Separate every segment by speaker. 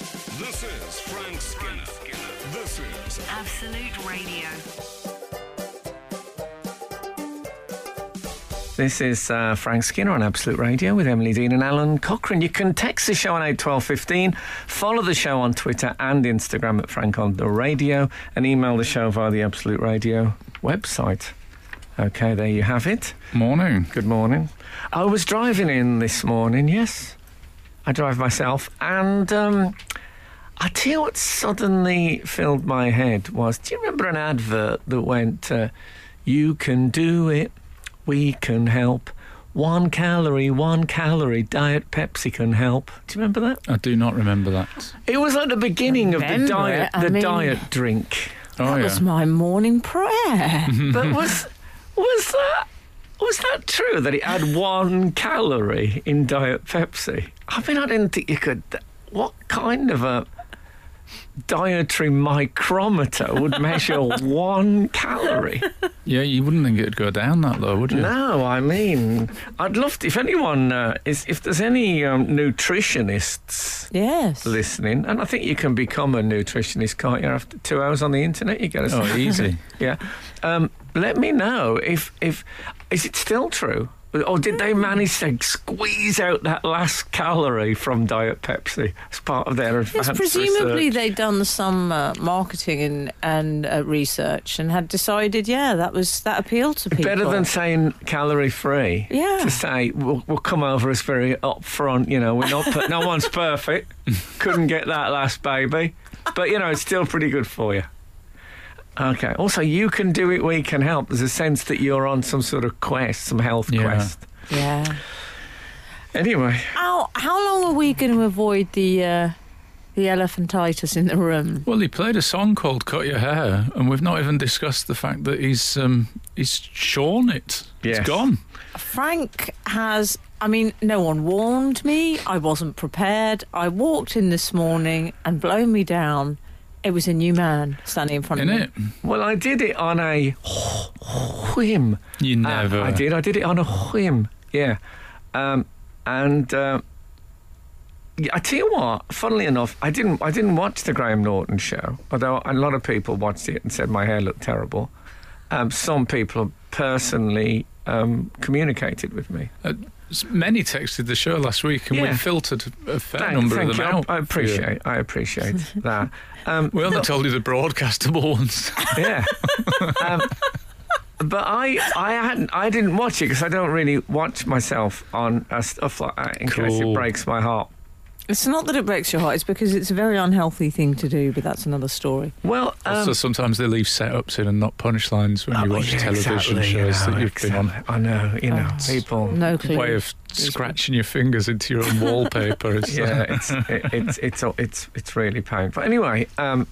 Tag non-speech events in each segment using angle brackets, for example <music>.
Speaker 1: This is Frank Skinner. This is
Speaker 2: Absolute Radio.
Speaker 3: This is uh, Frank Skinner on Absolute Radio with Emily Dean and Alan Cochrane. You can text the show on 81215, follow the show on Twitter and Instagram at Frank on the Radio, and email the show via the Absolute Radio website. Okay, there you have it.
Speaker 4: Morning.
Speaker 3: Good morning. I was driving in this morning, yes. I drive myself, and um, I tell you what suddenly filled my head was do you remember an advert that went, uh, You can do it, we can help. One calorie, one calorie, Diet Pepsi can help. Do you remember that?
Speaker 4: I do not remember that.
Speaker 3: It was like the beginning of the
Speaker 5: Remember
Speaker 3: diet,
Speaker 5: it, I
Speaker 3: the
Speaker 5: mean-
Speaker 3: diet drink.
Speaker 4: Oh,
Speaker 5: that
Speaker 4: yeah.
Speaker 5: was my morning prayer.
Speaker 4: Mm-hmm.
Speaker 3: But was was that was that true that it had one calorie in Diet Pepsi? I mean, I didn't think you could. What kind of a dietary micrometer would
Speaker 4: <laughs>
Speaker 3: measure one calorie?
Speaker 4: yeah, you wouldn't think it'd go down that low, would you?
Speaker 3: No, I mean, I'd love to. If anyone uh, is, if there's any um, nutritionists
Speaker 5: yes.
Speaker 3: listening, and I think you can become a nutritionist, can't you? After two hours on the internet, you get <laughs> a
Speaker 4: Oh, easy.
Speaker 3: Yeah. Um, let me know if if is it still true, or did
Speaker 5: Mm.
Speaker 3: they manage to squeeze out that last calorie from Diet Pepsi as part of their
Speaker 5: Yes,
Speaker 3: advanced
Speaker 5: presumably
Speaker 3: research?
Speaker 5: they'd done some uh, marketing and, and uh, research and had decided, yeah, that was that appealed to people.
Speaker 3: Better than saying calorie free.
Speaker 5: Yeah.
Speaker 3: To say we'll, we'll come over as very upfront. You know, we're not.
Speaker 5: <laughs>
Speaker 3: per- no one's perfect. Couldn't get that last baby, but you know it's still pretty good for you. Okay. Also, you can do it. We can help. There's a sense that you're on some sort of quest, some health
Speaker 4: Yeah.
Speaker 3: quest.
Speaker 5: yeah.
Speaker 3: Anyway.
Speaker 5: How how long are we going to avoid the uh, the elephantitis in the room?
Speaker 4: Well, he played a song called "Cut Your Hair," and we've not even discussed the fact that he's um, he's shorn it.
Speaker 3: Yes.
Speaker 4: It's gone.
Speaker 5: Frank has. I mean, no one warned me. I wasn't prepared. I walked in this morning and blown me down. It was a new man standing in front
Speaker 4: In
Speaker 5: of me.
Speaker 4: it,
Speaker 3: Well, I did it on a whim.
Speaker 4: you
Speaker 3: Uh,
Speaker 4: never.
Speaker 3: I did. I did it on a whim. Yeah. Um, and uh, yeah, I tell you what. Funnily enough, I didn't. I didn't watch the Graham Norton show. Although a lot of people watched it and said my hair looked terrible. Um, some people personally um, communicated with me.
Speaker 4: Uh, s- many texted the show last week, and
Speaker 3: Yeah.
Speaker 4: we filtered a fair
Speaker 3: Thank-
Speaker 4: number
Speaker 3: thank
Speaker 4: of them
Speaker 3: you. I-
Speaker 4: out.
Speaker 3: I appreciate. I appreciate
Speaker 4: <laughs>
Speaker 3: that. Um,
Speaker 4: We only told you the broadcastable <laughs> ones.
Speaker 3: Yeah. <laughs> um, but I, I hadn't, I didn't watch it because I don't really watch myself on uh, stuff like that in case it
Speaker 4: Cool.
Speaker 3: breaks my heart.
Speaker 5: It's not that it breaks your heart. It's because it's a very unhealthy thing to do. But that's another story.
Speaker 3: Well, um,
Speaker 4: so sometimes they leave setups in and not punchlines when
Speaker 3: oh,
Speaker 4: you watch
Speaker 3: yeah,
Speaker 4: television
Speaker 3: exactly, you
Speaker 4: shows
Speaker 3: know,
Speaker 4: that you've been
Speaker 3: exactly. I know, you know,
Speaker 5: Oh.
Speaker 3: people.
Speaker 5: No
Speaker 4: on.
Speaker 5: clue.
Speaker 4: Way of scratching your fingers into your own wallpaper. It's,
Speaker 3: <laughs>
Speaker 4: uh,
Speaker 3: Yeah, it's it, it's it's it's it's really painful. Anyway, um,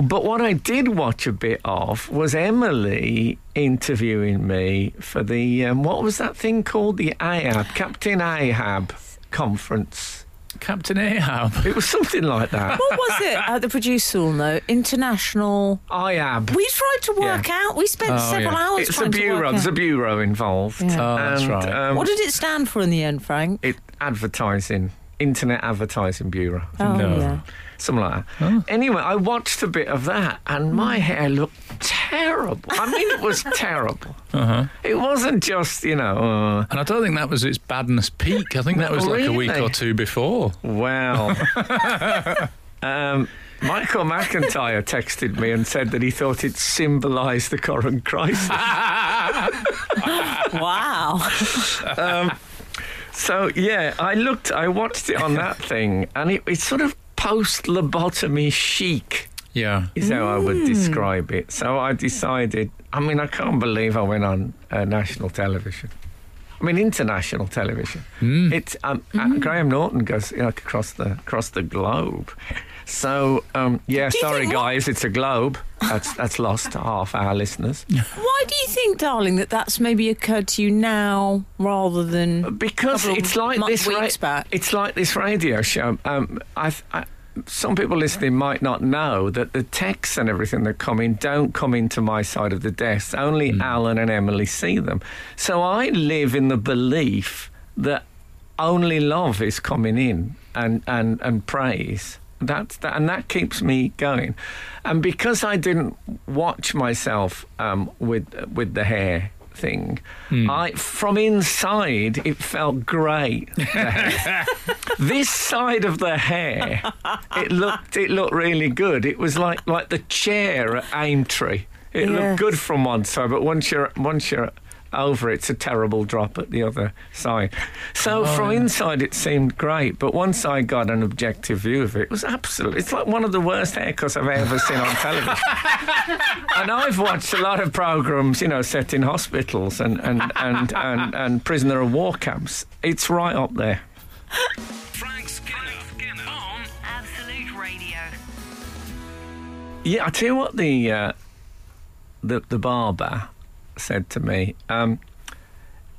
Speaker 3: but what I did watch a bit of was Emily interviewing me for the um, what was that thing called the Ahab Captain Ahab conference.
Speaker 4: Captain Ahab.
Speaker 3: It was something like that.
Speaker 5: What was it? Uh, the producer will know. International.
Speaker 3: IAB.
Speaker 5: We tried to work out. We spent
Speaker 4: Oh,
Speaker 5: several
Speaker 4: yeah.
Speaker 5: hours
Speaker 3: It's a
Speaker 5: trying to work
Speaker 3: bureau. There's
Speaker 5: out.
Speaker 3: a bureau involved.
Speaker 5: Yeah.
Speaker 4: Oh, that's
Speaker 3: And,
Speaker 4: right.
Speaker 3: um,
Speaker 5: What did it stand for in the end, Frank?
Speaker 3: it? Advertising, Internet Advertising Bureau,
Speaker 5: Oh,
Speaker 4: No.
Speaker 5: yeah.
Speaker 3: something like that.
Speaker 4: Oh.
Speaker 3: Anyway, I watched a bit of that,
Speaker 5: Hmm.
Speaker 3: and my hair looked terrible. I mean, it was terrible.
Speaker 4: <laughs> Uh-huh.
Speaker 3: It wasn't just you know. Uh,
Speaker 4: And I don't think that was its badness peak. I think that was like a week
Speaker 3: Really?
Speaker 4: or two before. <laughs>
Speaker 3: well. um, Michael McIntyre texted me and said that he thought it symbolised the current crisis. <laughs>
Speaker 5: Wow.
Speaker 3: So yeah, I looked, I watched
Speaker 5: <laughs>
Speaker 3: it on that thing, and it, it's sort of post lobotomy chic,
Speaker 4: Yeah.
Speaker 3: is how I
Speaker 5: Mm.
Speaker 3: would describe it. So I decided. I mean, I can't believe I went on uh, national television. I mean, international television.
Speaker 5: Mm.
Speaker 3: It's um, uh, Graham Norton goes you know, across the across the globe. So um, yeah,
Speaker 5: Do you
Speaker 3: sorry
Speaker 5: think-
Speaker 3: guys, it's a globe. That's that's lost to half our listeners.
Speaker 5: Why do you think, darling, that that's maybe occurred to you now rather
Speaker 3: Uh,
Speaker 5: than
Speaker 3: because
Speaker 5: couple of
Speaker 3: it's like
Speaker 5: mo-
Speaker 3: this
Speaker 5: weeks back.
Speaker 3: it's like this radio show um I, th- I some people listening might not know that the texts and everything that come in don't come into my side of the desk. Only Alan and Emily see them. So I live in the belief that only love is coming in and, and, and praise That's that, and that keeps me going. And because I didn't watch myself um, with with the hair thing, I from inside it felt great. the hair. this side of the hair, it looked it looked really good. It was like like the chair at Aintree. It
Speaker 5: Yes.
Speaker 3: looked good from one side, but once you're once you're over, it's a terrible drop at the other side. So from inside, it seemed great, but once I got an objective view of it, it was absolute. It's like one of the worst haircuts I've ever seen on television. and I've watched a lot of programs, you know, set in hospitals and and and and, and prisoner of war camps. It's right up there.
Speaker 1: Frank Skinner, on
Speaker 2: Absolute Radio.
Speaker 3: Yeah, I tell you what the uh, the the barber said to me. Um,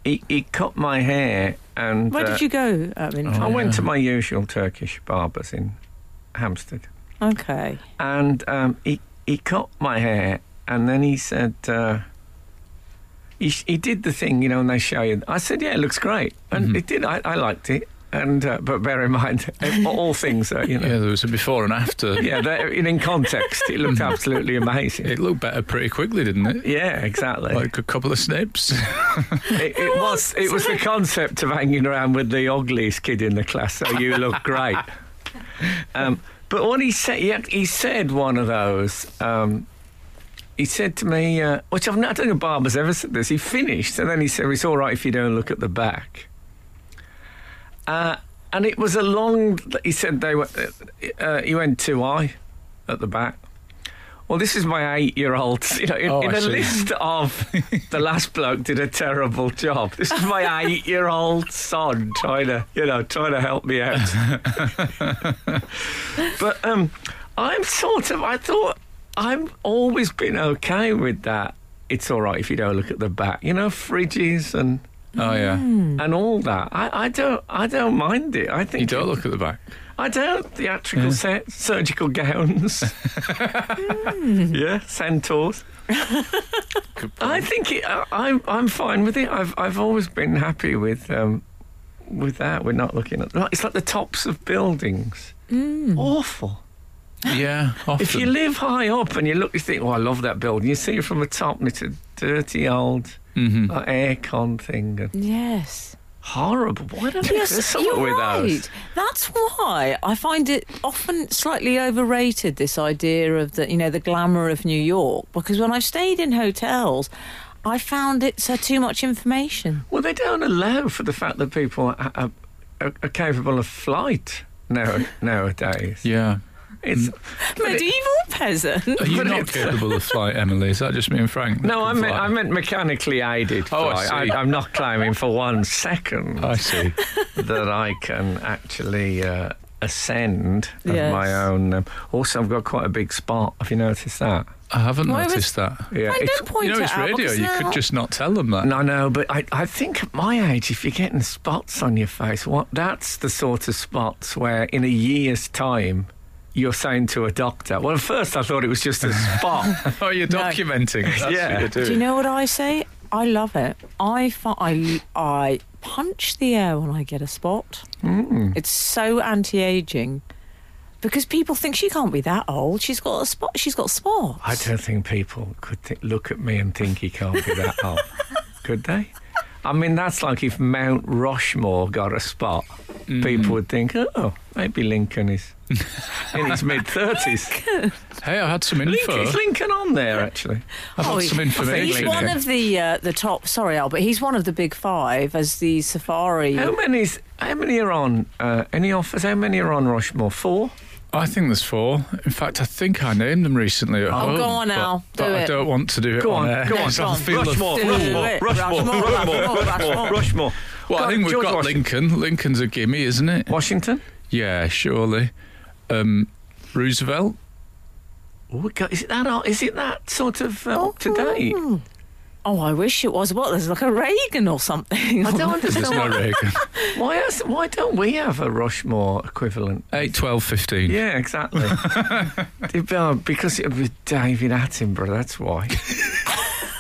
Speaker 3: he, he cut my hair and
Speaker 5: Where
Speaker 3: uh,
Speaker 5: did you go? Um, in
Speaker 3: I
Speaker 5: Tr-
Speaker 3: went to my usual Turkish barbers in Hampstead,
Speaker 5: Okay.
Speaker 3: and um, he he cut my hair, and then he said. Uh, he, sh- he did the thing, you know, and they show you. I said, "Yeah, it looks great," and
Speaker 5: Mm-hmm.
Speaker 3: it did. I, I liked it, and uh, but bear in mind, <laughs> all things are, you know,
Speaker 4: Yeah, there was a before and
Speaker 3: <laughs>
Speaker 4: after.
Speaker 3: yeah. they're- in in context, it looked absolutely amazing.
Speaker 4: It looked better pretty quickly, didn't it?
Speaker 3: yeah, exactly.
Speaker 4: Like a couple of snips. <laughs>
Speaker 3: It, it was it was the concept of hanging around with the ugliest kid in the class. So you look great. Um, but what he said, he, act- he said one of those. Um, he said to me, uh, which I've not, I don't think a barber's ever said this. He finished, and then he said, "It's all right if you don't look at the back." Uh, and it was a long. He said they were. Uh, he went too high at the back. Well, this is my eight-year-old. <laughs> You know, in,
Speaker 4: Oh,
Speaker 3: in
Speaker 4: I
Speaker 3: a
Speaker 4: see.
Speaker 3: list
Speaker 4: <laughs>
Speaker 3: of the last bloke did a terrible job. This is my eight-year-old son trying to, you know, trying to help me
Speaker 4: <laughs>
Speaker 3: out. but um, I'm sort of. I thought I've always been okay with that. It's all right if you don't look at the back. You know, fridges and
Speaker 4: Oh yeah.
Speaker 3: and all that. I, I don't I don't mind it. I think
Speaker 4: You don't look at the back.
Speaker 3: I don't theatrical sets, surgical
Speaker 4: <laughs>
Speaker 3: gowns. yeah, centaurs. I think it, I, I'm I'm fine with it. I've I've always been happy with um, with that. We're not looking at like- it's like the tops of buildings. Awful.
Speaker 4: Yeah. Often.
Speaker 3: If you live high up and you look, you think, "Oh, I love that building." You see it from the top, and it's a dirty old
Speaker 4: Mhm.
Speaker 3: like, aircon thing. And
Speaker 5: Yes.
Speaker 3: horrible. Why don't you do
Speaker 5: Yes,
Speaker 3: something
Speaker 5: you're
Speaker 3: with those?
Speaker 5: right. That's why I find it often slightly overrated. This idea of the, you know, the glamour of New York. Because when I've stayed in hotels, I found it's uh, too much information.
Speaker 3: Well, they don't allow for the fact that people are, are, are, are capable of flight now, nowadays.
Speaker 4: Yeah.
Speaker 3: It's, but it-
Speaker 5: Medieval peasant.
Speaker 4: Are you
Speaker 3: But
Speaker 4: not
Speaker 3: it's-
Speaker 4: capable of flight, Emily? Is that just me and Frank?
Speaker 3: no, I
Speaker 4: Can
Speaker 3: meant,
Speaker 4: fly?
Speaker 3: I meant mechanically aided
Speaker 4: Oh, I
Speaker 3: flight.
Speaker 4: see.
Speaker 3: I, am not claiming for one second
Speaker 4: I see.
Speaker 3: <laughs> that I can actually uh, ascend of
Speaker 5: Yes.
Speaker 3: my own. Um, also, I've got quite a big spot. Have you noticed that?
Speaker 4: I haven't
Speaker 5: Why was-
Speaker 4: noticed that.
Speaker 3: Yeah,
Speaker 5: Frank,
Speaker 3: it's-
Speaker 5: don't point
Speaker 4: You know,
Speaker 5: it
Speaker 4: it's
Speaker 5: out
Speaker 4: radio.
Speaker 5: because
Speaker 4: You
Speaker 5: now-
Speaker 4: could just not tell them that.
Speaker 3: No, no, but I, I think at my age, if you're getting spots on your face, what that's the sort of spots where in a year's time you're saying to a doctor, well, at first I thought it was just a spot.
Speaker 4: <laughs> Oh, you're documenting. That's
Speaker 3: Yeah.
Speaker 4: what you're doing.
Speaker 5: Do you know what I say? I love it. I fi- I, I punch the air when I get a spot. Mm. It's so anti-aging because people think she can't be that old. She's got a spot. She's got spots.
Speaker 3: I don't think people could thi- look at me and think he can't be that old, could they? I mean, that's like if Mount Rushmore got a spot, people would think, oh, maybe Lincoln is in his mid 30s.
Speaker 4: Hey, I had some info.
Speaker 3: Is Lincoln on there, actually?
Speaker 4: I've
Speaker 5: Oh,
Speaker 4: had
Speaker 5: he-
Speaker 4: some
Speaker 5: He's
Speaker 4: information.
Speaker 5: one of the uh, the top. Sorry, Al, but he's one of the big five as the safari.
Speaker 3: How many's, how many are on? Uh, any offers? How many are on Rushmore? Four.
Speaker 4: I think there's four. In fact, I think I named them recently at home.
Speaker 5: Oh, go on,
Speaker 4: but-
Speaker 5: Al.
Speaker 4: Oh, But,
Speaker 5: Do
Speaker 4: I
Speaker 5: it.
Speaker 4: don't want to do it
Speaker 3: Go on,
Speaker 4: air.
Speaker 3: go on,
Speaker 4: <laughs> because
Speaker 5: go
Speaker 4: I
Speaker 5: on.
Speaker 4: feel the-
Speaker 5: Do it. Rushmore, Rushmore, Rushmore.
Speaker 3: Rushmore.
Speaker 4: Well, I think we've
Speaker 3: George
Speaker 4: got
Speaker 3: Wash-
Speaker 4: Lincoln. Lincoln's a gimme, isn't it?
Speaker 3: Washington.
Speaker 4: Yeah, surely. Um, Roosevelt.
Speaker 3: Oh, we got- is it that? o- Is it that sort of uh, up to date?
Speaker 5: Oh, I wish it was. What? There's like a Reagan or something.
Speaker 3: I
Speaker 5: <laughs>
Speaker 3: don't
Speaker 4: There's <laughs>
Speaker 3: understand
Speaker 4: no
Speaker 3: why-
Speaker 4: Reagan.
Speaker 3: why. Has, why don't we have a Rushmore equivalent?
Speaker 4: 8, 12, 15.
Speaker 3: Yeah, exactly. <laughs> It'd be, uh, because it would be David Attenborough. That's <laughs> why.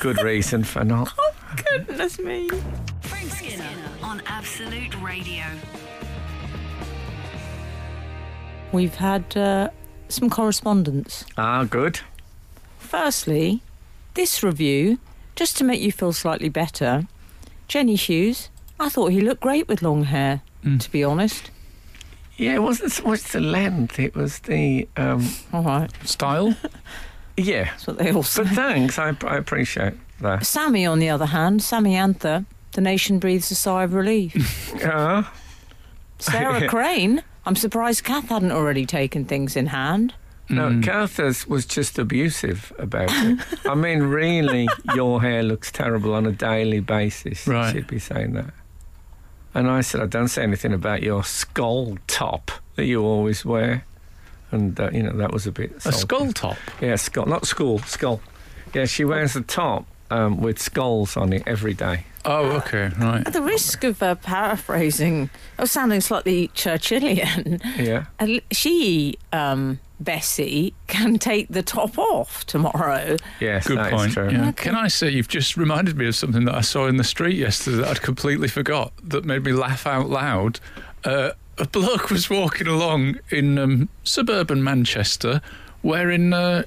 Speaker 3: Good reason for not.
Speaker 5: Oh, Goodness me.
Speaker 2: Frank Skinner on Absolute Radio.
Speaker 5: we've had uh, some correspondence.
Speaker 3: Ah, good.
Speaker 5: Firstly, this review, just to make you feel slightly better, Jenny Hughes, I thought he looked great with long hair,
Speaker 4: Hmm.
Speaker 5: to be honest.
Speaker 3: Yeah, it wasn't so much the length; it was the um,
Speaker 5: All right,
Speaker 4: Style?
Speaker 3: yeah.
Speaker 5: that's what they all
Speaker 3: But
Speaker 5: said.
Speaker 3: thanks, I, I appreciate <laughs> that.
Speaker 5: Sammy, on the other hand, Sammy Anther, the nation breathes a sigh
Speaker 4: <laughs>
Speaker 5: of relief.
Speaker 3: Uh,
Speaker 5: Sarah Crane, I'm surprised Kath hadn't already taken things in hand.
Speaker 3: No,
Speaker 4: Mm-hmm.
Speaker 3: Carthas was just abusive about it. I mean,
Speaker 4: <laughs>
Speaker 3: really, your hair looks terrible on a daily basis.
Speaker 4: Right.
Speaker 3: She'd be saying that. And I said, I don't say anything about your skull top that you always wear. And, uh, you know, that was a bit.
Speaker 4: A
Speaker 3: salty.
Speaker 4: skull top?
Speaker 3: Yeah, skull. Not school, skull. Yeah, she wears a top um, with skulls on it every day.
Speaker 4: Oh, okay, right.
Speaker 5: At the risk of uh, paraphrasing or sounding slightly Churchillian,
Speaker 3: Yeah.
Speaker 5: al- she, um, Bessie, can take the top off tomorrow.
Speaker 3: Yes,
Speaker 4: Good
Speaker 3: that is
Speaker 4: point.
Speaker 3: true.
Speaker 4: yeah. Can I say you've just reminded me of something that I saw in the street yesterday that I'd completely forgot that made me laugh out loud. Uh, a bloke was walking along in um, suburban Manchester wearing uh,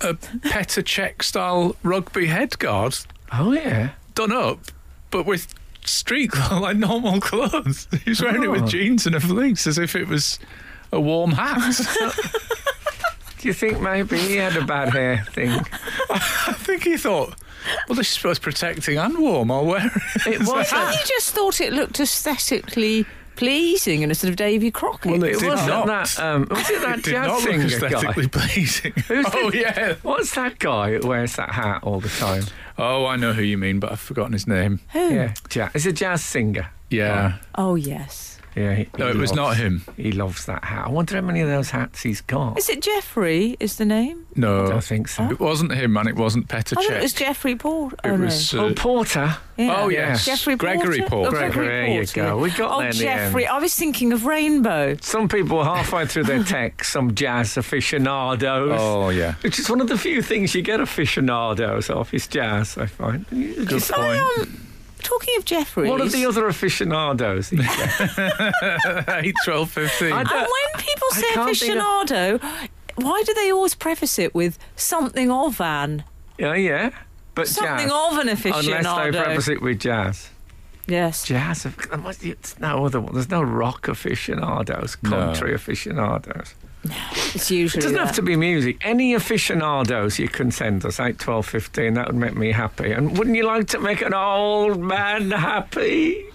Speaker 4: a Petr Cech style rugby headguard
Speaker 3: Oh, yeah.
Speaker 4: done up, but with street <laughs> clothes, like normal clothes. <laughs> He was wearing it
Speaker 3: Oh.
Speaker 4: with jeans and a fleece as if it was a warm hat. <laughs>
Speaker 3: Do you think maybe he had a bad hair thing?
Speaker 4: I think he thought, well, this is both protecting and warm. I'll wear it.
Speaker 3: It was.
Speaker 5: I think he just thought it looked aesthetically pleasing and a sort of Davy Crockett.
Speaker 4: Well,
Speaker 3: It
Speaker 4: Did
Speaker 3: wasn't
Speaker 4: not.
Speaker 3: that. Um, was it that
Speaker 4: It did
Speaker 3: jazz
Speaker 4: not look
Speaker 3: singer guy?
Speaker 4: aesthetically pleasing.
Speaker 3: <laughs> Who's
Speaker 4: oh
Speaker 3: the-
Speaker 4: yeah.
Speaker 3: What's that guy that wears that hat all the time?
Speaker 4: Oh, I know who you mean, but I've forgotten his name.
Speaker 5: Who?
Speaker 3: Yeah, ja- it's a jazz singer.
Speaker 4: Yeah.
Speaker 5: Oh, yes.
Speaker 3: Yeah, he-
Speaker 4: No,
Speaker 3: he
Speaker 4: it was
Speaker 3: loves-
Speaker 4: not him.
Speaker 3: He loves that hat. I wonder how many of those hats he's got.
Speaker 5: Is it Jeffrey? Is the name?
Speaker 3: I
Speaker 4: No,
Speaker 3: don't think so.
Speaker 4: it wasn't him, and it wasn't Petr
Speaker 5: I thought
Speaker 4: Cech.
Speaker 5: it was Jeffrey Porter.
Speaker 4: It was, uh,
Speaker 3: oh, Porter.
Speaker 4: oh,
Speaker 3: yeah.
Speaker 4: yes,
Speaker 5: Jeffrey
Speaker 4: Gregory
Speaker 5: Porter.
Speaker 4: Paul.
Speaker 5: Oh,
Speaker 3: Gregory, there you
Speaker 5: Porter.
Speaker 3: go. We got
Speaker 5: Oh,
Speaker 3: there in the
Speaker 5: Jeffrey. I was thinking of Rainbow.
Speaker 3: Some people are halfway through their text, some jazz aficionados.
Speaker 4: Oh yeah.
Speaker 3: Which is one of the few things you get aficionados of is jazz, I find.
Speaker 4: Good
Speaker 3: Just- "Oh,
Speaker 4: point.
Speaker 5: um, Talking of Jeffrey.
Speaker 3: What are the other
Speaker 4: <laughs>
Speaker 3: aficionados? you get?
Speaker 4: Eight, uh, twelve, fifteen.
Speaker 3: I
Speaker 5: And when people
Speaker 3: I
Speaker 5: say
Speaker 3: can't think of-
Speaker 5: aficionado, why do they always preface it with something of an?
Speaker 3: yeah, yeah. But
Speaker 5: Something
Speaker 3: jazz.
Speaker 5: of an aficionado.
Speaker 3: Unless they preface it with jazz.
Speaker 5: yes.
Speaker 3: Jazz, there must- it's no other one. There's no rock aficionados, country aficionados.
Speaker 5: It's
Speaker 3: It
Speaker 5: usually.
Speaker 3: doesn't have
Speaker 5: that.
Speaker 3: to be music. Any aficionados you can send us, 8, 12, 15, that would make me happy. And wouldn't you like to make an old man happy?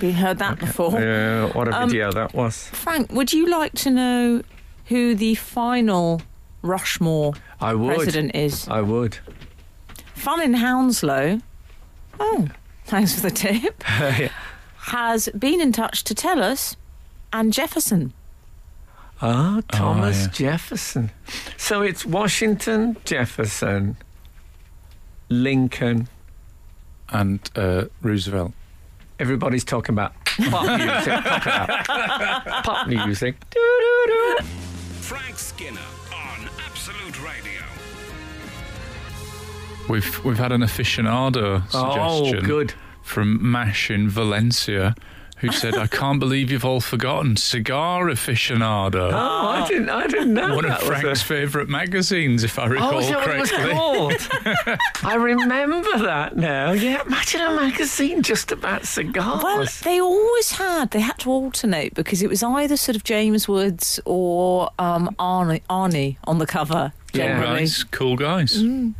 Speaker 5: We heard that
Speaker 3: Oh.
Speaker 5: before.
Speaker 3: Yeah, what a
Speaker 5: Um,
Speaker 3: video that was.
Speaker 5: Frank, would you like to know who the final Rushmore
Speaker 3: I would.
Speaker 5: president is?
Speaker 3: I would.
Speaker 5: Fun in Hounslow. Oh, thanks for
Speaker 3: <laughs>
Speaker 5: the tip. Has been in touch to tell us, and Jefferson.
Speaker 3: Ah, Thomas
Speaker 4: yeah.
Speaker 3: Jefferson. So it's Washington, Jefferson, Lincoln.
Speaker 4: and uh, Roosevelt.
Speaker 3: Everybody's talking about pop music. Pop, <laughs> out. pop music. Doo-doo-doo.
Speaker 1: Frank Skinner on Absolute Radio.
Speaker 4: We've we've had an aficionado suggestion
Speaker 3: Oh, good.
Speaker 4: from Mash in Valencia, who said, "I can't believe you've all forgotten cigar aficionado."
Speaker 3: Oh, I didn't. I didn't know
Speaker 4: One of
Speaker 3: Oh, that
Speaker 4: Frank's
Speaker 3: was a-
Speaker 4: favourite magazines, if I recall
Speaker 3: Oh, is that what it was
Speaker 4: correctly.
Speaker 3: called?
Speaker 4: <laughs>
Speaker 3: I remember that now. Yeah, imagine a magazine just about cigars.
Speaker 5: Well, they always had. They had to alternate because it was either sort of James Woods or um, Arnie, Arnie on the cover.
Speaker 3: Yeah.
Speaker 4: Cool
Speaker 5: Generally.
Speaker 4: guys, cool guys.
Speaker 3: Mm.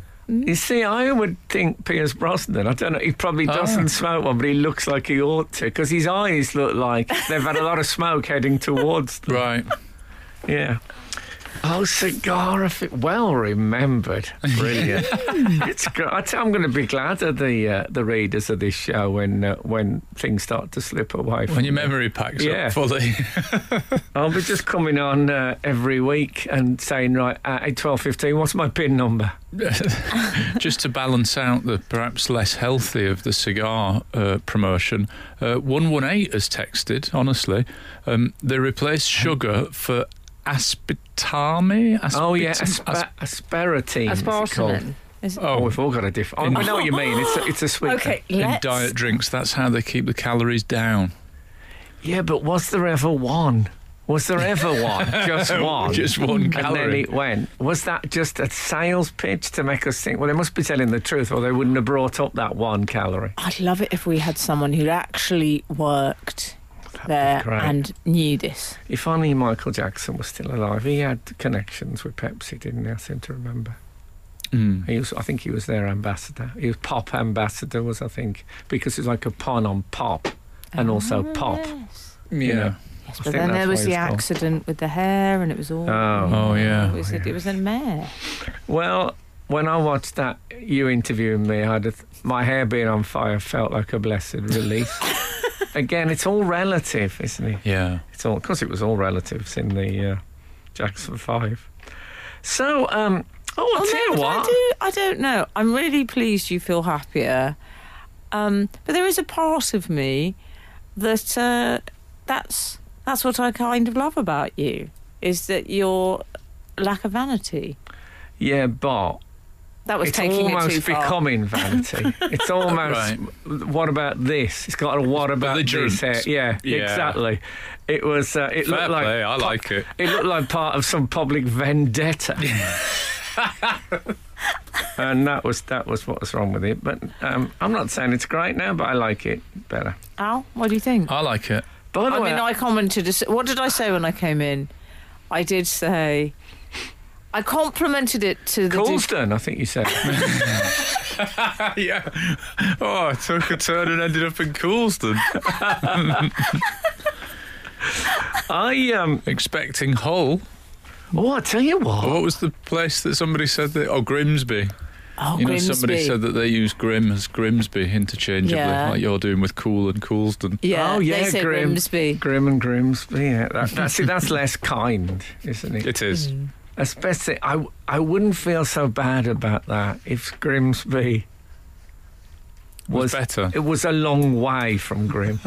Speaker 3: you see, I would think Piers Brosnan. I don't know. He probably
Speaker 4: Ah.
Speaker 3: doesn't smoke one, but he looks like he ought to because his eyes look like they've had a lot of smoke heading towards them.
Speaker 4: Right.
Speaker 3: Yeah. Oh, cigar of it. Well remembered. <laughs> Brilliant. it's great. I tell, I'm going to be glad of the uh, the readers of this show when uh, when things start to slip away. From
Speaker 4: When your
Speaker 3: me.
Speaker 4: memory packs
Speaker 3: Yeah.
Speaker 4: up fully. <laughs>
Speaker 3: I'll be just coming on uh, every week and saying, right, at 8, 12, 15, what's my PIN number?
Speaker 4: Just to balance out the perhaps less healthy of the cigar uh, promotion, uh, 118 has texted, honestly. Um, they replaced sugar for aspartame.
Speaker 3: oh, yeah,
Speaker 4: aspartam-
Speaker 3: aspa- aspartame. is it called.
Speaker 5: Is-
Speaker 3: Oh, we've all got a different. Oh, I know what you mean. It's a, it's a sweet.
Speaker 5: Okay,
Speaker 4: in
Speaker 5: let's.
Speaker 4: diet drinks, that's how they keep the calories down.
Speaker 3: Yeah, but was there ever one Was there ever
Speaker 4: <laughs>
Speaker 3: one? Just one.
Speaker 4: Just one
Speaker 3: And then
Speaker 4: calorie.
Speaker 3: it went. Was that just a sales pitch to make us think? Well, they must be telling the truth, or they wouldn't have brought up that one calorie.
Speaker 5: I'd love it if we had someone who actually worked there
Speaker 3: great.
Speaker 5: and knew this.
Speaker 3: If only Michael Jackson was still alive. He had connections with Pepsi, didn't he? I seem to remember.
Speaker 4: Mm.
Speaker 3: He was, I think he was their ambassador. He was pop ambassador, was I think, because it's like a pun on pop, and also pop.
Speaker 5: Ah. Yes.
Speaker 3: You know.
Speaker 4: Yeah.
Speaker 3: I
Speaker 5: Yes, but
Speaker 3: think
Speaker 5: then
Speaker 3: that's why
Speaker 5: there was the
Speaker 3: it's called.
Speaker 5: accident with the hair, and it was all.
Speaker 3: Oh.
Speaker 4: Oh, yeah.
Speaker 5: It was, it,
Speaker 3: yeah.
Speaker 5: was a mare.
Speaker 3: Well, when I watched that, you interviewing me, I had a th- my hair being on fire felt like a blessed
Speaker 5: <laughs>
Speaker 3: release. Again, it's all relative, isn't it?
Speaker 4: Yeah.
Speaker 3: It's all because it was all relatives in the uh, Jackson Five. So, um, oh, I'll
Speaker 5: Oh,
Speaker 3: tell
Speaker 5: no,
Speaker 3: you
Speaker 5: but I,
Speaker 3: what.
Speaker 5: do, I don't know. I'm really pleased you feel happier. Um, but there is a part of me that uh, that's that's what I kind of love about you is that your lack of vanity.
Speaker 3: Yeah, but
Speaker 5: That was
Speaker 3: it's
Speaker 5: taking
Speaker 3: almost
Speaker 5: it too far.
Speaker 3: becoming vanity. it's
Speaker 5: <laughs>
Speaker 3: almost
Speaker 4: Right.
Speaker 3: what about this? It's got a what about
Speaker 4: belligerent.
Speaker 3: this? Hair. Yeah,
Speaker 4: Yeah.
Speaker 3: exactly. It was. Uh, it
Speaker 4: Fair
Speaker 3: looked
Speaker 4: play.
Speaker 3: like
Speaker 4: I like it.
Speaker 3: It looked like part of some public vendetta. and that was that was what was wrong with it. But um, I'm not saying it's great now, but I like it better.
Speaker 5: Al, what do you think?
Speaker 4: I like it.
Speaker 3: Uh, By the
Speaker 5: I
Speaker 3: way,
Speaker 5: mean, I commented. as- What did I say when I came in? I did say. I complimented it to the. dude-
Speaker 3: Colston, I think you said.
Speaker 4: <laughs> yeah. Oh, I took a turn and ended up in Coolston.
Speaker 3: I um.
Speaker 4: Expecting Hull.
Speaker 3: Oh, I tell you what.
Speaker 4: What was the place that somebody said that? Oh, Grimsby.
Speaker 5: oh,
Speaker 4: You know,
Speaker 5: Grimsby.
Speaker 4: somebody said that they use Grim as Grimsby interchangeably,
Speaker 5: Yeah.
Speaker 4: like you're doing with Cool and Coolston.
Speaker 5: Yeah,
Speaker 3: oh yeah,
Speaker 5: they said
Speaker 3: Grim,
Speaker 5: Grimsby.
Speaker 3: Grim and Grimsby. Yeah, that, that's see, that's less kind, isn't
Speaker 4: <laughs>
Speaker 3: it?
Speaker 4: It is.
Speaker 3: Especially, I I wouldn't feel so bad about that if Grimsby
Speaker 4: Was better.
Speaker 3: It was a long way from Grim.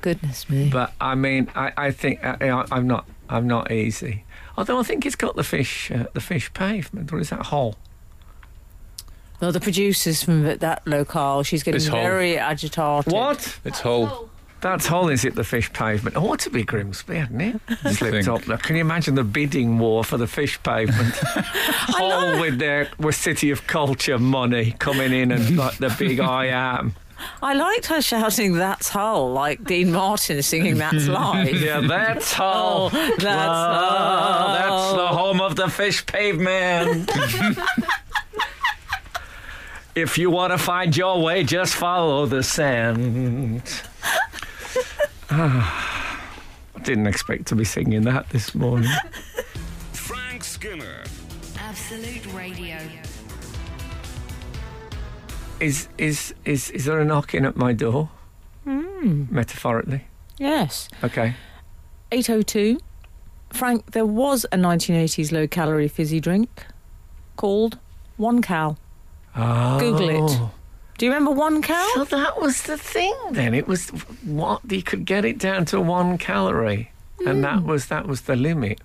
Speaker 5: Goodness me.
Speaker 3: But I mean, I, I think I, I, I'm not I'm not easy. Although I think it's got the fish uh, the fish pavement, or is that Hull?
Speaker 5: well, the producers from that- that locale, she's getting
Speaker 4: It's Hull.
Speaker 5: very agitated.
Speaker 3: What?
Speaker 4: It's Hull.
Speaker 3: That's Hull, is it? The fish pavement. It ought to be Grimsby, hadn't it? Slipped
Speaker 4: think.
Speaker 3: up there. Can you imagine the bidding war for the fish pavement? Hull with their with City of Culture money coming in and like the big I am.
Speaker 5: I liked her shouting, That's Hull, like Dean Martin singing That's Life.
Speaker 3: <laughs> Yeah, that's Hull.
Speaker 5: <laughs> Oh, that's
Speaker 3: Ah, that's
Speaker 5: Hull.
Speaker 3: the home of the fish pavement. if you want to find your way, just follow the sand. Ah, I didn't expect to be singing that this morning.
Speaker 1: Frank Skinner.
Speaker 2: Absolute Radio.
Speaker 3: Is is is is there a knocking at my door?
Speaker 5: Hmm.
Speaker 3: Metaphorically.
Speaker 5: Yes.
Speaker 3: Okay.
Speaker 5: 802. Frank, there was a 1980s low calorie fizzy drink called One Cal.
Speaker 3: Oh.
Speaker 5: Google it. Do you remember One
Speaker 3: So
Speaker 5: Cal?
Speaker 3: that was the thing Oh. then. It was what you could get it down to one calorie, and
Speaker 5: Hmm.
Speaker 3: that was that was the limit.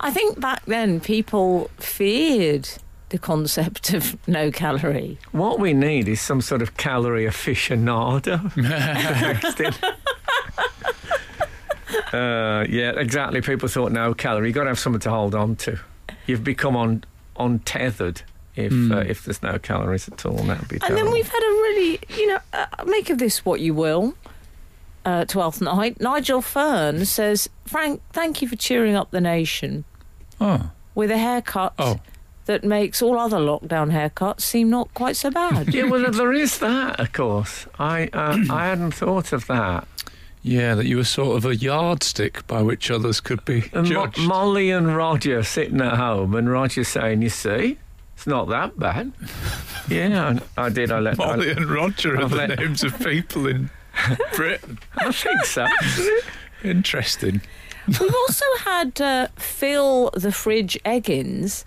Speaker 5: I think back then people feared the concept of <laughs> no calorie.
Speaker 3: What we need is some sort of calorie aficionado.
Speaker 4: <laughs>
Speaker 3: Texting. uh, yeah, exactly. People thought no calorie. You've got to have something to hold on to. You've become un- untethered if
Speaker 4: Hmm.
Speaker 3: uh, if there's no calories at all. and That would be.
Speaker 5: And then
Speaker 3: terrible.
Speaker 5: we've had a really, you know, uh, make of this what you will. Uh, 12th night, Nigel Fern says, Frank, thank you for cheering up the nation
Speaker 4: Oh.
Speaker 5: with a haircut
Speaker 4: Oh.
Speaker 5: that makes all other lockdown haircuts seem not quite
Speaker 3: <laughs>
Speaker 5: so bad.
Speaker 3: Yeah, well, there is that, of course. I
Speaker 4: <clears throat>
Speaker 3: uh, I hadn't thought of that.
Speaker 4: Yeah, that you were sort of a yardstick by which others could be
Speaker 3: And Mo-
Speaker 4: judged.
Speaker 3: Molly and Roger sitting at home, and Roger saying, "You see, it's not that
Speaker 4: <laughs>
Speaker 3: bad." yeah, I, I did. I let.
Speaker 4: Molly
Speaker 3: I,
Speaker 4: and Roger are
Speaker 3: I've
Speaker 4: the
Speaker 3: let-
Speaker 4: names of people
Speaker 3: <laughs>
Speaker 4: in Britain.
Speaker 3: I think
Speaker 4: <laughs>
Speaker 3: so.
Speaker 4: Interesting.
Speaker 5: We've also had uh, Phil the Fridge Eggins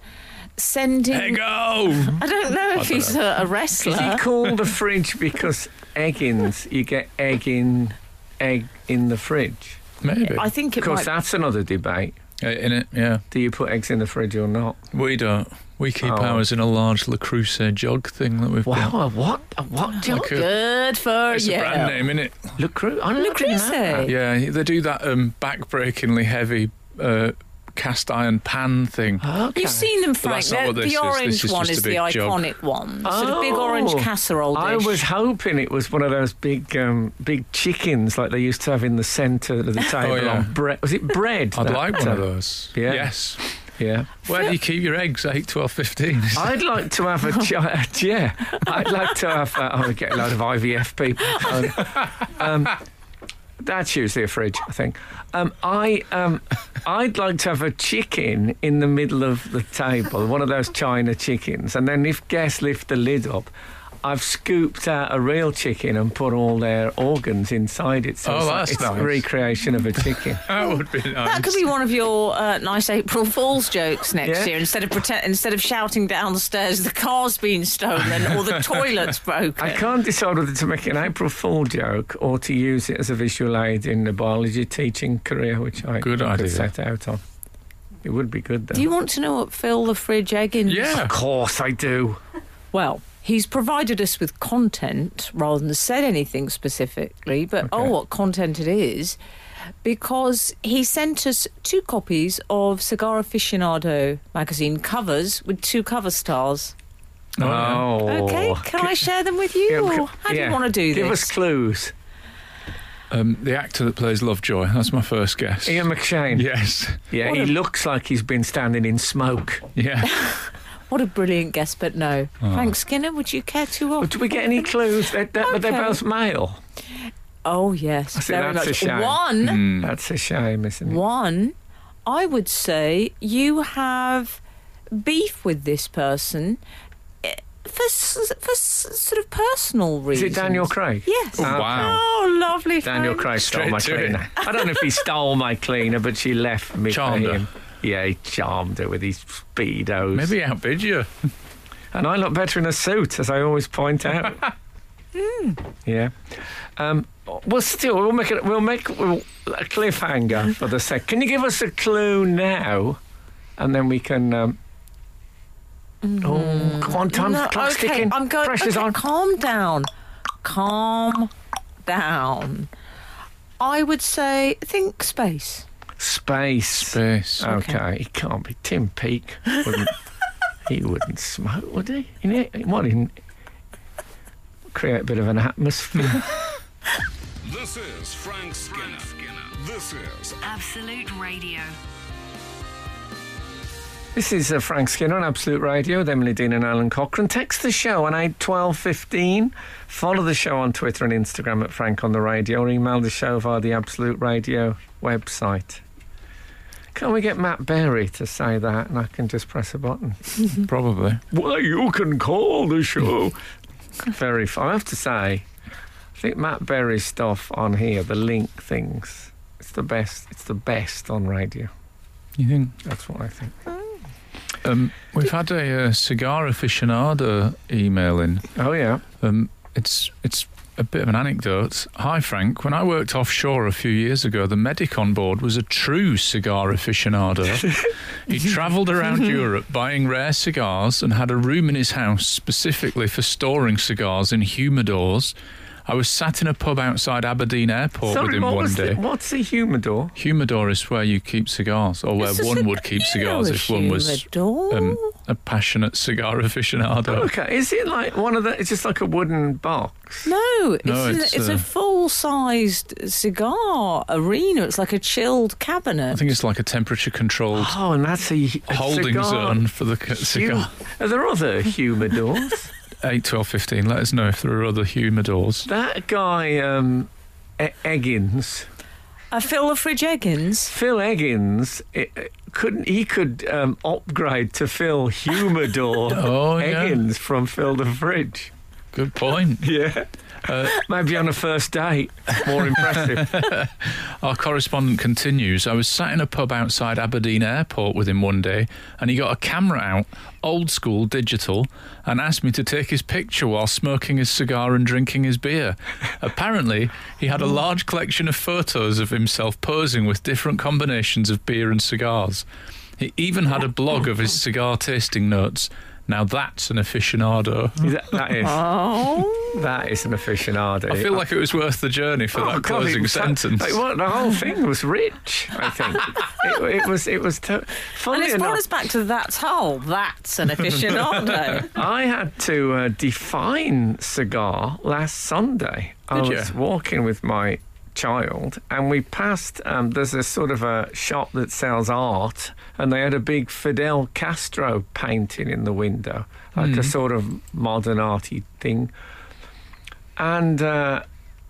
Speaker 5: sending.
Speaker 4: Hey, go!
Speaker 5: I don't know if he's A, a wrestler.
Speaker 3: Is he
Speaker 5: <laughs>
Speaker 3: called the fridge because Eggins, you get egg in, egg in the fridge?
Speaker 4: Maybe.
Speaker 5: I think
Speaker 3: Of
Speaker 5: it
Speaker 3: course,
Speaker 5: might.
Speaker 3: that's another debate.
Speaker 4: Uh, In it, yeah.
Speaker 3: Do you put eggs in the fridge or not?
Speaker 4: We don't. We keep
Speaker 3: Oh.
Speaker 4: ours in a large La Creuset jog thing that we've
Speaker 3: Wow,
Speaker 4: got.
Speaker 3: a what? a What? Do you
Speaker 4: Like a,
Speaker 5: Good for
Speaker 4: it's
Speaker 5: you.
Speaker 4: a brand name, innit?
Speaker 3: look cru- I
Speaker 5: Look,
Speaker 3: look
Speaker 5: Lucy.
Speaker 4: Yeah, they do that um, back-breakingly heavy uh, cast iron pan thing.
Speaker 3: Okay.
Speaker 5: You've seen them, Frank.
Speaker 4: that's not
Speaker 5: They're-
Speaker 4: what
Speaker 5: The,
Speaker 4: this is.
Speaker 5: orange
Speaker 4: This is
Speaker 5: one
Speaker 4: just
Speaker 5: is
Speaker 4: a
Speaker 5: the
Speaker 4: big jug.
Speaker 5: iconic one. Sort of big
Speaker 3: Oh.
Speaker 5: orange casserole dish.
Speaker 3: I was hoping it was one of those big, um, big chickens like they used to have in the centre of the table
Speaker 4: yeah.
Speaker 3: on bread. Was it bread?
Speaker 4: I'd
Speaker 3: that,
Speaker 4: like one of
Speaker 3: uh,
Speaker 4: those.
Speaker 3: yeah.
Speaker 4: Yes.
Speaker 3: Yeah,
Speaker 4: Where do you keep your eggs? 8, 12, <laughs> 15?
Speaker 3: I'd like to have
Speaker 4: <laughs>
Speaker 3: a giant. Yeah, I'd like to have. Uh, oh, we get a load of IVF people. Um, um, that's usually a fridge, I think. Um, I, um, I'd like to have a chicken in the middle of the table, one of those china chickens, and then if guests lift the lid up. I've scooped out a real chicken and put all their organs inside it. So
Speaker 4: Oh,
Speaker 3: it's, like-
Speaker 4: that's
Speaker 3: it's
Speaker 4: nice.
Speaker 3: a recreation of a chicken.
Speaker 4: that would be nice.
Speaker 5: That could be one of your uh, nice April
Speaker 4: <laughs>
Speaker 5: Fool's jokes next
Speaker 3: Yeah.
Speaker 5: year. Instead of pretend, instead of shouting downstairs, the car's been stolen
Speaker 4: <laughs>
Speaker 5: or the toilet's broken.
Speaker 3: I can't decide whether to make an April Fool joke or to use it as a visual aid in the biology teaching career, which I
Speaker 4: Good
Speaker 3: could
Speaker 4: idea.
Speaker 3: set out on. It would be good, though.
Speaker 5: Do you want to know what Phil the fridge egg in?
Speaker 4: Yeah.
Speaker 3: of course I do.
Speaker 5: Well, he's provided us with content rather than said anything specifically, but oh, what content it is. Because he sent us two copies of Cigar Aficionado magazine covers with two cover stars.
Speaker 3: Oh.
Speaker 5: Okay, can I share them with you?
Speaker 3: Yeah,
Speaker 5: or
Speaker 3: c-
Speaker 5: How do
Speaker 3: yeah.
Speaker 5: you want to do
Speaker 3: Give
Speaker 5: this?
Speaker 3: us clues.
Speaker 4: Um, the actor that plays Lovejoy. That's my first guess.
Speaker 3: Ian McShane.
Speaker 4: Yes. <laughs>
Speaker 3: Yeah,
Speaker 5: What
Speaker 3: he
Speaker 5: a-
Speaker 3: looks like he's been standing in smoke.
Speaker 4: Yeah.
Speaker 5: What a brilliant guess, but no. Frank Skinner, would you care to
Speaker 3: But
Speaker 5: offer?
Speaker 3: Oh. do we get any clues? They're, they're, but they're
Speaker 5: Oh. Okay.
Speaker 3: both male.
Speaker 5: Oh yes,
Speaker 3: see,
Speaker 5: very
Speaker 3: that's a
Speaker 5: much.
Speaker 3: shame.
Speaker 5: One,
Speaker 3: <laughs>
Speaker 4: Hmm.
Speaker 3: That's a shame, isn't it?
Speaker 5: one. I would say you have beef with this person eh, for s- for s- sort of personal
Speaker 3: Is
Speaker 5: reasons.
Speaker 3: it Daniel Craig?
Speaker 5: Yes.
Speaker 4: Oh,
Speaker 5: Oh,
Speaker 4: wow.
Speaker 5: lovely.
Speaker 3: Daniel
Speaker 5: Frank.
Speaker 3: Craig stole
Speaker 4: Straight
Speaker 3: my
Speaker 4: to it.
Speaker 3: cleaner. I don't know
Speaker 4: <laughs>
Speaker 3: if he stole my cleaner, but she left me
Speaker 4: Charmed
Speaker 3: for
Speaker 4: her.
Speaker 3: him. Yeah, he charmed her with his speedos.
Speaker 4: Maybe he outbid you.
Speaker 3: And I look better in a suit, as I always point
Speaker 4: <laughs>
Speaker 3: out.
Speaker 4: Hmm.
Speaker 3: Yeah. Um, well, still, we'll make it. We'll make we'll, a cliffhanger for the sec. Can you give us a clue now, and then we can. Um,
Speaker 4: Mm-hmm.
Speaker 3: Oh, come on, time
Speaker 5: No,
Speaker 3: clock's
Speaker 5: okay,
Speaker 3: ticking.
Speaker 5: I'm going.
Speaker 3: Pressure's
Speaker 5: okay,
Speaker 3: on.
Speaker 5: Calm down. Calm down. I would say think space.
Speaker 3: Space.
Speaker 4: Space.
Speaker 3: Okay. he can't be Tim Peake. Wouldn't, he wouldn't smoke, would he? In it, what in? Create a bit of an atmosphere.
Speaker 1: This is Frank Skinner. This is
Speaker 2: Absolute Radio.
Speaker 3: this is uh, Frank Skinner on Absolute Radio with Emily Dean and Alan Cochrane. Text the show on eight twelve fifteen. Follow the show on Twitter and Instagram at Frank on the Radio, or email the show via the Absolute Radio website. Can we get Matt Berry to say that, and I can just press a button?
Speaker 4: Probably.
Speaker 3: Well, you can call the show. Very fun. I have to say, I think Matt Berry's stuff on here, the link things, it's the best. It's the best on radio.
Speaker 4: You think?
Speaker 3: That's what I think.
Speaker 4: Um, we've had a uh, cigar aficionado email in.
Speaker 3: Oh yeah.
Speaker 4: Um, it's it's a bit of an anecdote. Hi Frank, when I worked offshore a few years ago, the medic on board was a true cigar aficionado.
Speaker 3: <laughs>
Speaker 4: he travelled around Europe buying rare cigars and had a room in his house specifically for storing cigars in humidors. I was sat in a pub outside Aberdeen Airport with
Speaker 3: Sorry,
Speaker 4: him
Speaker 3: what
Speaker 4: one
Speaker 3: was
Speaker 4: day.
Speaker 3: the, what's the humidor?
Speaker 4: Humidor is where you keep cigars, or where
Speaker 5: It's a
Speaker 4: one
Speaker 5: cig-
Speaker 4: would keep
Speaker 5: you
Speaker 4: cigars
Speaker 5: know a
Speaker 4: if one was
Speaker 5: humidor.
Speaker 4: um, a passionate cigar aficionado.
Speaker 3: Okay, is it like one of the? It's just like a wooden box.
Speaker 5: No, it's,
Speaker 4: No,
Speaker 5: an-
Speaker 4: it's,
Speaker 5: it's, a,
Speaker 4: uh,
Speaker 5: full-sized cigar arena. It's like a chilled
Speaker 4: I
Speaker 5: cabinet.
Speaker 4: think it's like a temperature controlled
Speaker 3: Oh, and that's a, a
Speaker 4: holding
Speaker 3: cigar. <laughs>
Speaker 4: zone for the c-
Speaker 3: Hum-
Speaker 4: cigar.
Speaker 3: Are there other humidors?
Speaker 4: 8, 12, 15. Let us know if there are other humidors.
Speaker 3: that guy, um, E- Eggins.
Speaker 5: I Phil the Fridge Eggins.
Speaker 3: Phil Eggins it, it couldn't he could um, upgrade to Phil Humidor
Speaker 4: <laughs> Oh, yeah.
Speaker 3: Eggins from Phil the Fridge.
Speaker 4: Good point.
Speaker 3: Yeah.
Speaker 4: Uh,
Speaker 3: Maybe on a first date. More impressive.
Speaker 4: Our correspondent continues. I was sat in a pub outside Aberdeen Airport with him one day, and he got a camera out, old school digital, and asked me to take his picture while smoking his cigar and drinking his beer. Apparently, he had a large collection of photos of himself posing with different combinations of beer and cigars. He even had a blog of his cigar tasting notes. Now that's an aficionado.
Speaker 3: Is that- that
Speaker 4: <laughs>
Speaker 3: is.
Speaker 5: Oh,
Speaker 3: That is an aficionado.
Speaker 4: I feel like it was worth the journey for that
Speaker 3: Oh, God, it
Speaker 4: closing
Speaker 3: was so-
Speaker 4: sentence.
Speaker 3: like, what, the whole thing was rich. I think
Speaker 4: <laughs>
Speaker 3: it, it was. It was. To,
Speaker 5: and
Speaker 3: funny
Speaker 5: it's brought
Speaker 3: enough,
Speaker 5: us back to that's whole. That's an
Speaker 3: <laughs>
Speaker 5: aficionado.
Speaker 3: I had to uh, define cigar last Sunday. I
Speaker 4: Did you?
Speaker 3: was walking with my child, and we passed. Um, there's a sort of a shop that sells art, and they had a big Fidel Castro painting in the window, like a sort of modern arty thing. And uh,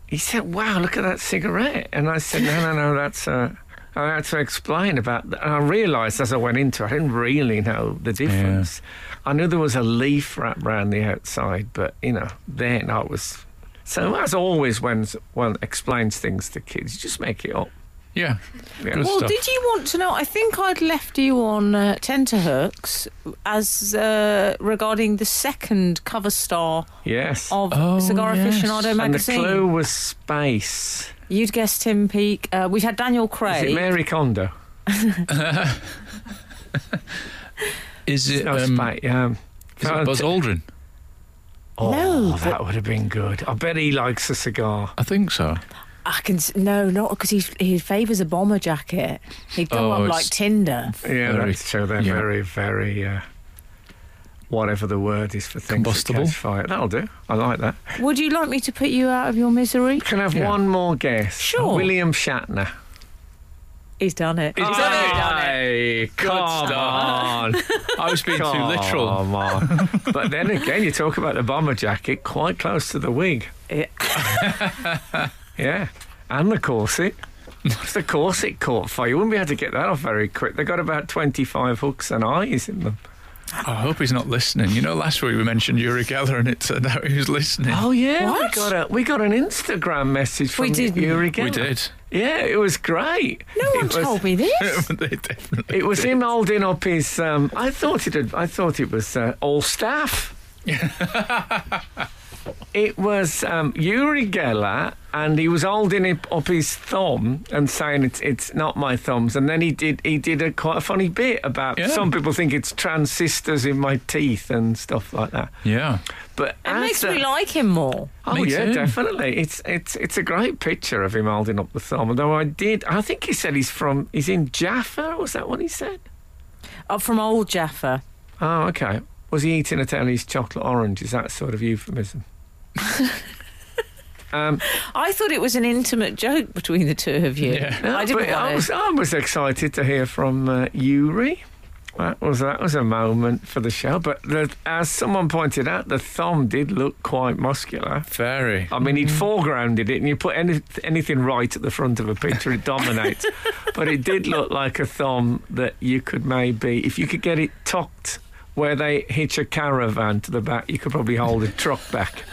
Speaker 3: he said, "Wow, look at that cigarette!" And I said, "No, no, no, that's a." I had to explain about that. And I realised as I went into it, I didn't really know the difference. I knew there was a leaf wrapped round the outside, but, you know, then I was. So, as always, when s- one explains things to kids, you just make it up.
Speaker 4: Yeah.
Speaker 3: Yeah.
Speaker 4: Good
Speaker 5: Well,
Speaker 4: stuff.
Speaker 5: did you want to know? I think I'd left you on uh, tenterhooks as uh, regarding the second cover star
Speaker 3: Yes.
Speaker 5: of
Speaker 4: Oh,
Speaker 5: Cigar
Speaker 4: yes.
Speaker 3: and
Speaker 5: Aficionado
Speaker 3: the
Speaker 5: magazine.
Speaker 3: clue was space.
Speaker 5: You'd guessed Tim Peake. Uh, we've had Daniel
Speaker 3: Is it
Speaker 5: Craig.
Speaker 3: Mary Kondo?
Speaker 4: Is it,
Speaker 3: No,
Speaker 4: um,
Speaker 3: space. Um,
Speaker 4: is
Speaker 3: no,
Speaker 4: it Buzz
Speaker 3: t-
Speaker 4: Aldrin?
Speaker 3: oh,
Speaker 5: No,
Speaker 3: that would have been good. I bet he likes a cigar.
Speaker 4: I think so.
Speaker 5: I can s- no, not because he he favours a bomber jacket. He'd go
Speaker 4: Oh,
Speaker 5: up
Speaker 4: it's-
Speaker 5: like Tinder.
Speaker 3: Yeah,
Speaker 4: Very-
Speaker 3: that's true. They're
Speaker 4: yeah.
Speaker 3: very, very, uh, whatever the word is for things
Speaker 4: Combustible.
Speaker 3: that catch fire. That'll do. I like that.
Speaker 5: Would you like me to put you out of your misery?
Speaker 3: Can I have
Speaker 4: Yeah.
Speaker 3: one more guess? Uh,
Speaker 5: Sure.
Speaker 3: William Shatner.
Speaker 5: He's done it.
Speaker 4: He's done it.
Speaker 3: Hey, come on.
Speaker 4: I was being <laughs> too
Speaker 3: Come
Speaker 4: literal. <laughs>
Speaker 3: on. but then again, you talk about the bomber jacket quite close to the wig.
Speaker 5: it.
Speaker 3: <laughs> Yeah. And the corset. If the corset caught fire, you wouldn't be able to get that off very quick. They got about 25 hooks and eyes in them.
Speaker 4: I hope he's not listening. You know, last week we mentioned Yuri Geller and it turned out he was listening.
Speaker 3: Oh, yeah.
Speaker 5: What?
Speaker 3: We got, a, we got an Instagram message from
Speaker 5: We didn't.
Speaker 3: Yuri Geller.
Speaker 4: we
Speaker 3: <laughs>
Speaker 4: did.
Speaker 3: Yeah, it was great.
Speaker 5: No one
Speaker 3: it
Speaker 5: told
Speaker 3: was,
Speaker 5: me this.
Speaker 3: <laughs>
Speaker 4: They definitely-
Speaker 3: It was him holding up his. Um, I thought it. Had, I thought it was uh, all
Speaker 4: <laughs>
Speaker 3: staff. it was um, Uri Geller, and he was holding it up his thumb and saying, "It's it's not my thumbs." And then he did he did a quite a funny bit about
Speaker 4: Yeah.
Speaker 3: some people think it's transistors in my teeth and stuff like that.
Speaker 4: yeah.
Speaker 3: But
Speaker 5: It
Speaker 3: as
Speaker 5: makes
Speaker 3: the-
Speaker 5: me like him more.
Speaker 3: Oh
Speaker 4: Me
Speaker 3: yeah,
Speaker 4: too.
Speaker 3: definitely. It's it's it's a great picture of him holding up the thumb. Although I did, I think he said he's from he's in Jaffa. Was that what he said?
Speaker 5: Oh, from old Jaffa.
Speaker 3: Oh, okay. Was he eating a Italian's chocolate orange? Is that sort of euphemism? um,
Speaker 5: I thought it was an intimate joke between the two of you.
Speaker 4: Yeah.
Speaker 3: no,
Speaker 5: I
Speaker 3: but
Speaker 5: didn't
Speaker 3: I
Speaker 5: want
Speaker 3: was,
Speaker 5: to.
Speaker 3: I was excited to hear from uh, Yuri. That was that was a moment for the show. But the, as someone pointed out, the thumb did look quite muscular.
Speaker 4: Very.
Speaker 3: I mean, he'd foregrounded it, and you put any, anything right at the front of a picture, it <laughs> dominates. but it did look like a thumb that you could maybe, if you could get it tucked where they hitch a caravan to the back, you could probably hold a truck <laughs> back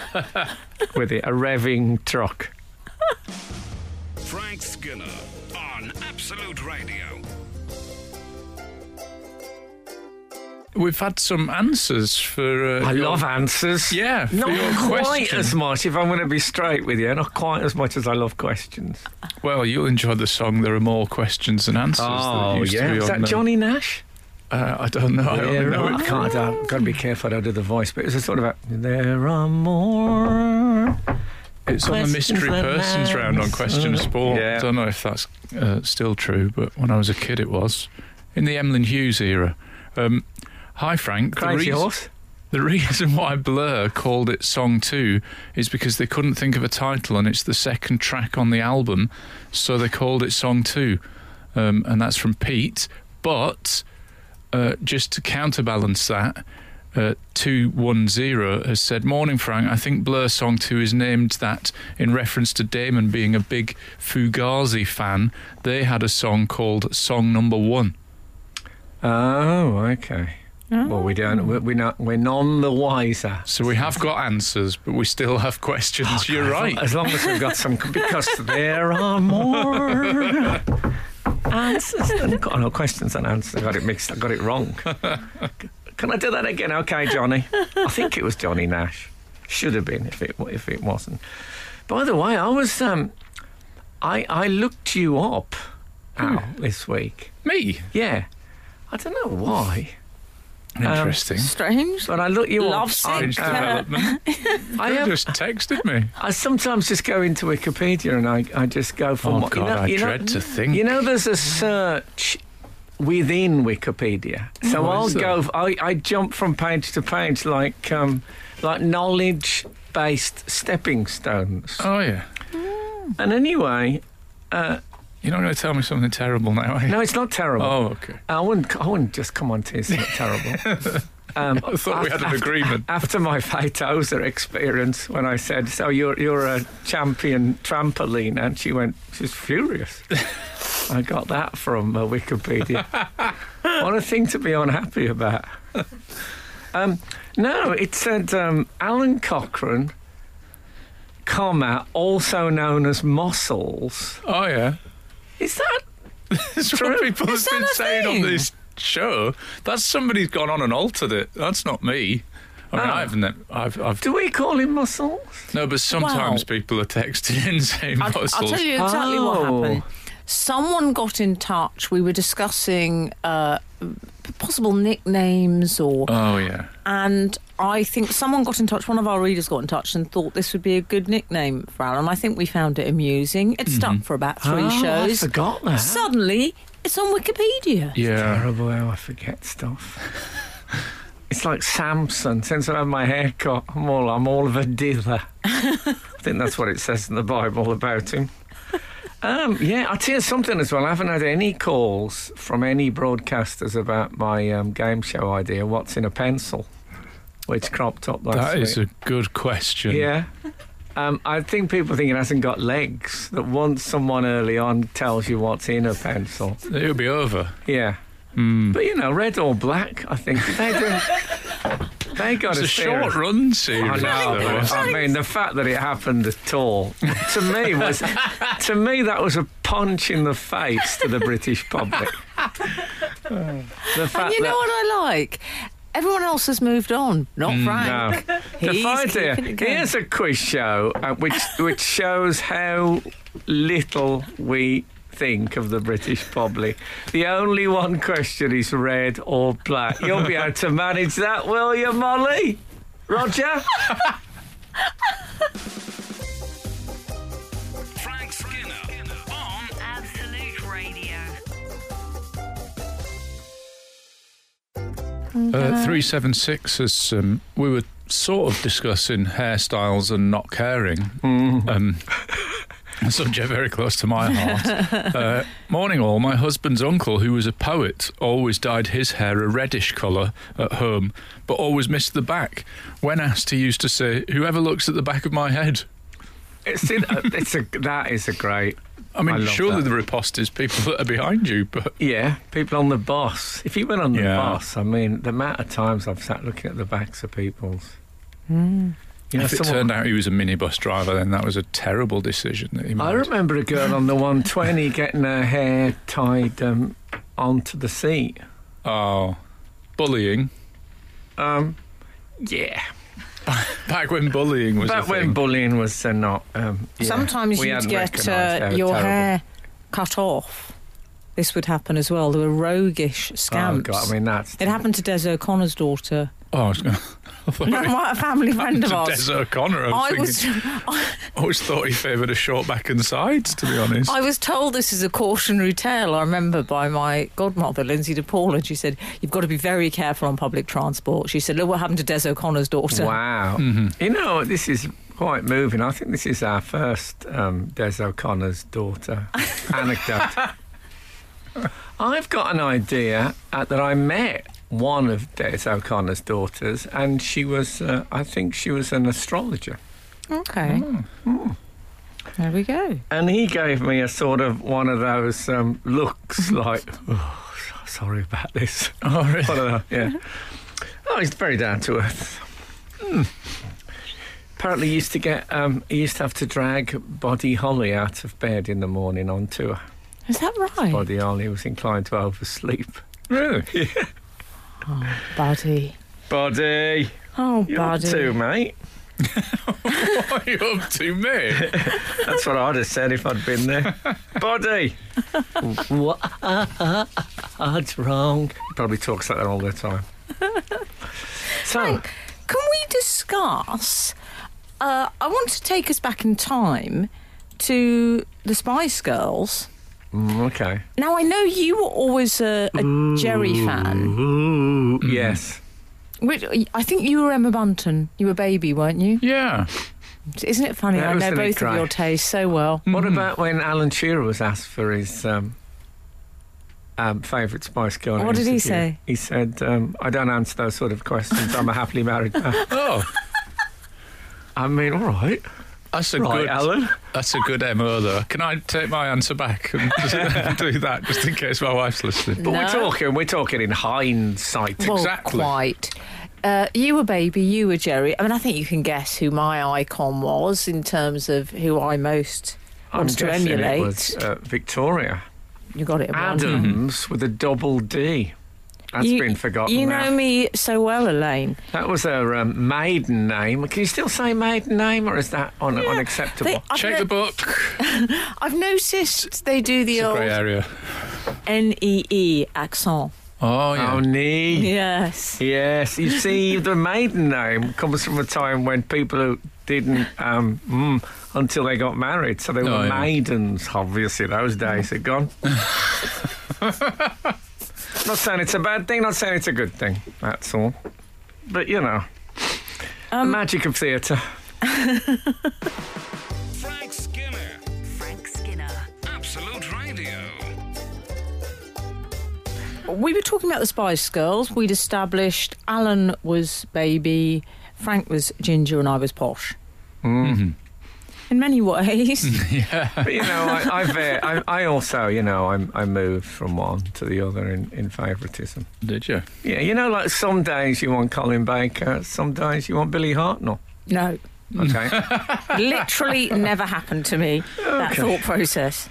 Speaker 3: with it, a revving truck.
Speaker 1: Frank Skinner on Absolute Radio.
Speaker 4: We've had some answers for. Uh,
Speaker 3: I
Speaker 4: your-
Speaker 3: love answers.
Speaker 4: <laughs> Yeah, for
Speaker 3: Not
Speaker 4: your
Speaker 3: quite
Speaker 4: question.
Speaker 3: as much, if I'm going to be straight with you, not quite as much as I love questions.
Speaker 4: Well, you'll enjoy the song. There are more questions than answers. that used to be
Speaker 3: Oh, Is
Speaker 4: on
Speaker 3: that
Speaker 4: the-
Speaker 3: Johnny Nash?
Speaker 4: Uh, I don't know. I
Speaker 3: Yeah,
Speaker 4: don't know.
Speaker 3: right. I can't. I've got to be careful. I don't do the voice, but it's a sort of a, there are more.
Speaker 4: It's on the
Speaker 3: Questions
Speaker 4: mystery
Speaker 3: and
Speaker 4: persons round on
Speaker 3: answers.
Speaker 4: Question of Sport.
Speaker 3: Uh, Yeah.
Speaker 4: I don't know if that's uh, still true, but when I was a kid, it was in the Emlyn Hughes era. Um, hi, Frank. The
Speaker 3: Crazy
Speaker 4: reas-
Speaker 3: horse.
Speaker 4: the reason why Blur called it Song 2 is because they couldn't think of a title and it's the second track on the album, so they called it Song 2. Um, and that's from Pete. But uh, just to counterbalance that, uh, 210 has said, Morning, Frank. I think Blur Song 2 is named that in reference to Damon being a big Fugazi fan. They had a song called Song Number 1.
Speaker 3: Oh, okay. Well, we don't. we- We're not. We're none the wiser.
Speaker 4: So we have got answers, but we still have questions. You're right.
Speaker 3: As long as we've got <laughs> some, because there are more answers
Speaker 5: <laughs>
Speaker 3: than oh, no, questions and answers. I got it mixed. I got it <laughs> wrong. Can I do that again? Okay, Johnny. I think it was Johnny Nash. Should have been if it if it wasn't. By the way, I was um, I I looked you up, Al, this week.
Speaker 4: Me.
Speaker 3: Yeah, I don't know why,
Speaker 4: Interesting.
Speaker 5: Strange.
Speaker 3: but I looked you
Speaker 5: Lovesick.
Speaker 3: up.
Speaker 4: Um,
Speaker 3: uh,
Speaker 4: Strange development.
Speaker 5: <laughs>
Speaker 3: I, I
Speaker 4: You
Speaker 3: have
Speaker 4: just texted me.
Speaker 3: I sometimes just go into Wikipedia and I, I just go for
Speaker 4: Oh,
Speaker 3: what
Speaker 4: God, I dread to think.
Speaker 3: You know, there's a search within Wikipedia, so
Speaker 4: Oh,
Speaker 3: I'll
Speaker 4: is there?
Speaker 3: go. f- I, I jump from page to page like um, like knowledge based stepping stones.
Speaker 4: Oh yeah.
Speaker 3: And anyway,
Speaker 4: You're not going to tell me something terrible now, are you?
Speaker 3: no, it's not terrible.
Speaker 4: Oh, okay.
Speaker 3: I wouldn't. I wouldn't just come on to it's not terrible. Um,
Speaker 4: I thought we had an agreement.
Speaker 3: <laughs> after my Phytosa experience when I said, "So you're you're a champion trampoline," and she went, "She's
Speaker 4: <laughs>
Speaker 3: furious." I got that from uh, Wikipedia. what a thing to be unhappy about. Um, no, it said um, Alan Cochrane, comma also known as Mossels.
Speaker 4: Oh
Speaker 5: <laughs>
Speaker 4: yeah.
Speaker 3: Is that
Speaker 4: That's what people have
Speaker 5: Is
Speaker 4: been
Speaker 5: that a
Speaker 4: saying on
Speaker 5: thing?
Speaker 4: this show. That's somebody's gone on and altered it. That's not me. I
Speaker 5: Ah.
Speaker 4: mean,
Speaker 3: Oh.
Speaker 4: I haven't. I've, I've
Speaker 3: do we call him Mossels?
Speaker 4: no, but sometimes people are texting <laughs> and saying
Speaker 5: I'll, I'll
Speaker 4: muscles.
Speaker 5: tell you exactly what
Speaker 3: Oh.
Speaker 5: happened. Someone got in touch. We were discussing uh, p- possible nicknames or.
Speaker 4: Oh yeah.
Speaker 5: And I think someone got in touch, one of our readers got in touch and thought this would be a good nickname for Alan. I think we found it amusing. It stuck for about three
Speaker 3: Oh,
Speaker 5: shows.
Speaker 3: I forgot that.
Speaker 5: Suddenly, it's on Wikipedia.
Speaker 4: Yeah.
Speaker 3: Terrible how I forget
Speaker 4: <laughs>
Speaker 3: stuff. it's like Samson. Since I had my hair cut, I'm all, I'm all of a
Speaker 4: <laughs>
Speaker 3: dither. I think that's what it says in the Bible about him. Um, yeah, I'll tell you something as well. I haven't had any calls from any broadcasters about my um, game show idea, What's in a Pencil, which cropped up last
Speaker 4: That
Speaker 3: week.
Speaker 4: is a good question.
Speaker 3: Yeah. Um, I think people think it hasn't got legs, that once someone early on tells you what's in a pencil,
Speaker 4: It'll be over.
Speaker 3: yeah.
Speaker 4: Hmm.
Speaker 3: But you know, red or black, I think they do. they got
Speaker 4: It's a
Speaker 3: a theory.
Speaker 4: short run
Speaker 3: I
Speaker 4: series.
Speaker 3: know.
Speaker 4: though.
Speaker 3: but I mean, the fact that it happened at all to me was, to me, that was a punch in the face to the British
Speaker 4: <laughs>
Speaker 3: public. the fact
Speaker 5: And you know
Speaker 3: that
Speaker 5: what I like? Everyone else has moved on, not Frank.
Speaker 3: Mm, No.
Speaker 5: <laughs> He's
Speaker 3: the idea.
Speaker 5: keeping it going.
Speaker 3: Here's a quiz show uh, which which shows how little we think of the British public. The only one question is red or black. You'll be able to manage that, will you, Molly? Roger?
Speaker 1: Frank Skinner on
Speaker 2: Absolute Radio.
Speaker 4: Uh, 376 is um, we were sort of discussing hairstyles and not caring.
Speaker 3: Mm-hmm.
Speaker 4: Um, <laughs> a subject very close to my heart. Uh, morning all, my husband's uncle, who was a poet, always dyed his hair a reddish colour at home, but always missed the back. When asked, he used to say, Whoever looks at the back of my head.
Speaker 3: It's, in, uh, it's a, that is a great.
Speaker 4: I mean,
Speaker 3: I love
Speaker 4: surely
Speaker 3: that.
Speaker 4: the riposte is people that are behind you, but
Speaker 3: Yeah, people on the bus. If you went on the
Speaker 4: Yeah.
Speaker 3: bus, I mean, the amount of times I've sat looking at the backs of people's.
Speaker 5: Hmm.
Speaker 3: You know,
Speaker 4: if it
Speaker 3: someone-
Speaker 4: turned out he was a minibus driver, then that was a terrible decision that he made.
Speaker 3: I remember a girl on the 120 getting her hair tied um, onto the seat.
Speaker 4: oh, bullying.
Speaker 3: Um, yeah,
Speaker 4: Back when bullying was
Speaker 3: back
Speaker 4: a
Speaker 3: when
Speaker 4: thing.
Speaker 3: bullying was uh, not. Um, yeah,
Speaker 5: Sometimes
Speaker 3: we
Speaker 5: you'd
Speaker 3: hadn't
Speaker 5: get
Speaker 3: recognised
Speaker 5: uh,
Speaker 3: how
Speaker 5: your
Speaker 3: terrible-
Speaker 5: hair cut off. This would happen as well. There were roguish
Speaker 3: Oh,
Speaker 5: scamps.
Speaker 3: God, I mean, that's.
Speaker 5: it happened to Des
Speaker 3: <laughs>
Speaker 5: O'Connor's daughter. <laughs>
Speaker 4: oh, I was gonna, I thought
Speaker 5: No,
Speaker 4: it was
Speaker 5: what a family friend of
Speaker 4: to
Speaker 5: ours.
Speaker 4: Des O'Connor. I was,
Speaker 5: I
Speaker 4: thinking,
Speaker 5: was,
Speaker 4: I always thought he favoured a short back and sides, to be honest.
Speaker 5: I was told this is a cautionary tale. I remember by my godmother, Lindsay De Paul, and she said, You've got to be very careful on public transport. She said, Look what happened to Des O'Connor's daughter.
Speaker 3: Wow.
Speaker 4: Mm-hmm.
Speaker 3: You know, this is quite moving. I think this is our first um, Des O'Connor's
Speaker 5: <laughs>
Speaker 3: daughter anecdote. I've got an idea uh, that I met one of Des O'Connor's daughters, and she was, uh, I think she was an astrologer.
Speaker 5: Okay. There we go.
Speaker 3: And he gave me a sort of one of those um, looks like, oh, so- sorry about this. <laughs>
Speaker 4: oh, really?
Speaker 3: One of those, yeah. Oh, he's very down to earth. Hmm. Apparently, he used to get um, he used to have to drag Body Holly out of bed in the morning on tour.
Speaker 5: Is that right?
Speaker 3: Body Holly was inclined to oversleep.
Speaker 4: Really? <laughs>
Speaker 5: Buddy.
Speaker 3: Body,
Speaker 5: Oh,
Speaker 3: you
Speaker 5: buddy.
Speaker 3: too, mate.
Speaker 4: What are you up to, mate?
Speaker 3: That's what I'd have said if I'd been there. Body, what's wrong? He probably talks like that all the
Speaker 5: <laughs>
Speaker 3: time. So,
Speaker 5: Can we discuss? Uh, I want to take us back in time to the Spice Girls.
Speaker 3: mm, okay.
Speaker 5: Now, I know you were always a, a Jerry fan.
Speaker 3: Ooh, yes.
Speaker 5: Which, I think you were Emma Bunton. You were baby, weren't you?
Speaker 4: Yeah.
Speaker 5: Isn't it funny?
Speaker 3: Yeah,
Speaker 5: I know
Speaker 3: wasn't it
Speaker 5: both of
Speaker 3: great?
Speaker 5: your tastes so well.
Speaker 3: What about when Alan Shearer was asked for his um, um, favourite Spice Girl?
Speaker 5: What did he
Speaker 3: interview?
Speaker 5: say?
Speaker 3: He said, um, "I don't answer those sort of questions. I'm a happily married
Speaker 5: <laughs>
Speaker 3: man."
Speaker 4: Oh,
Speaker 3: I mean, all right,
Speaker 4: that's a
Speaker 3: right,
Speaker 4: good.
Speaker 3: Alan.
Speaker 4: That's a good mo though. Can I take my answer back and <laughs> just do that just in case my wife's listening?
Speaker 3: But we're
Speaker 5: No.
Speaker 3: talking, we're talking in hindsight.
Speaker 5: Well,
Speaker 4: Exactly.
Speaker 5: quite. Uh, you were baby, you were Jerry. I mean, I think you can guess who my icon was in terms of who I most
Speaker 3: I'm
Speaker 5: wanted to
Speaker 3: guessing
Speaker 5: emulate.
Speaker 3: it was uh, Victoria
Speaker 5: you got it, Amanda.
Speaker 3: Adams with a double D. That's
Speaker 5: you,
Speaker 3: been forgotten.
Speaker 5: You
Speaker 3: now.
Speaker 5: know me so well, Elaine.
Speaker 3: That was her um, maiden name. Can you still say maiden name, or is that un- unacceptable?
Speaker 5: They- I've,
Speaker 4: Check
Speaker 5: no-
Speaker 4: the book.
Speaker 5: I've noticed they do the
Speaker 4: It's a grey
Speaker 5: old
Speaker 4: area.
Speaker 5: N E E accent.
Speaker 4: Oh yeah.
Speaker 3: Oh, nee.
Speaker 5: Yes.
Speaker 3: E. Yes, you see, the maiden name comes from a time when people who didn't um, mm, until they got married, so they
Speaker 4: Oh,
Speaker 3: were
Speaker 4: yeah.
Speaker 3: maidens. Obviously, those days are gone. not saying it's a bad thing, not saying it's a good thing. That's all. But you know, the magic of theatre.
Speaker 1: Frank Skinner.
Speaker 2: Frank Skinner.
Speaker 1: Absolute Radio.
Speaker 5: We were talking about the Spice Girls. We'd established Alan was baby, Frank was ginger, and I was posh.
Speaker 3: Mm-hmm.
Speaker 5: In many
Speaker 3: <laughs>
Speaker 5: ways.
Speaker 3: But you know, I, I, ve- I, I also, you know, I'm, I moved from one to the other in, in favouritism.
Speaker 4: Did you?
Speaker 3: Yeah, you know, like some days you want Colin Baker, some days you want Billy Hartnell.
Speaker 5: no.
Speaker 3: Okay. <laughs>
Speaker 5: Literally never happened to me, that thought process.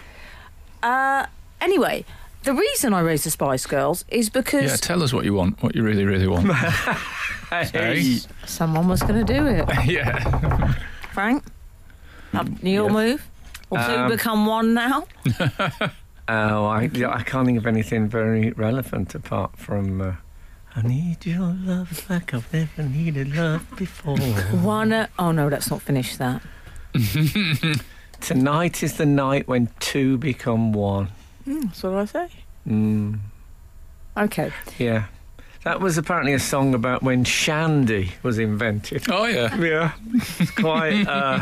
Speaker 5: Uh, anyway, the reason I raised the Spice Girls is
Speaker 4: Yeah.
Speaker 5: because
Speaker 4: Tell us what you want. What you really, really want.
Speaker 3: <laughs> Hey.
Speaker 5: someone was going to do it.
Speaker 4: Eh? <laughs> yeah.
Speaker 5: Frank, up your
Speaker 3: yes.
Speaker 5: move. Also
Speaker 3: Um,
Speaker 5: become one now.
Speaker 3: Oh, I, yeah, I can't think of anything very relevant apart from. Uh, I need your love like I've never needed love before.
Speaker 5: One. uh, Oh no, let's not finish that.
Speaker 3: Tonight is the night when two become one.
Speaker 5: That's what I say.
Speaker 3: Mm,
Speaker 5: Okay.
Speaker 3: yeah. That was apparently a song about when Shandy was invented.
Speaker 4: Oh yeah.
Speaker 3: Yeah. It's quite. Uh,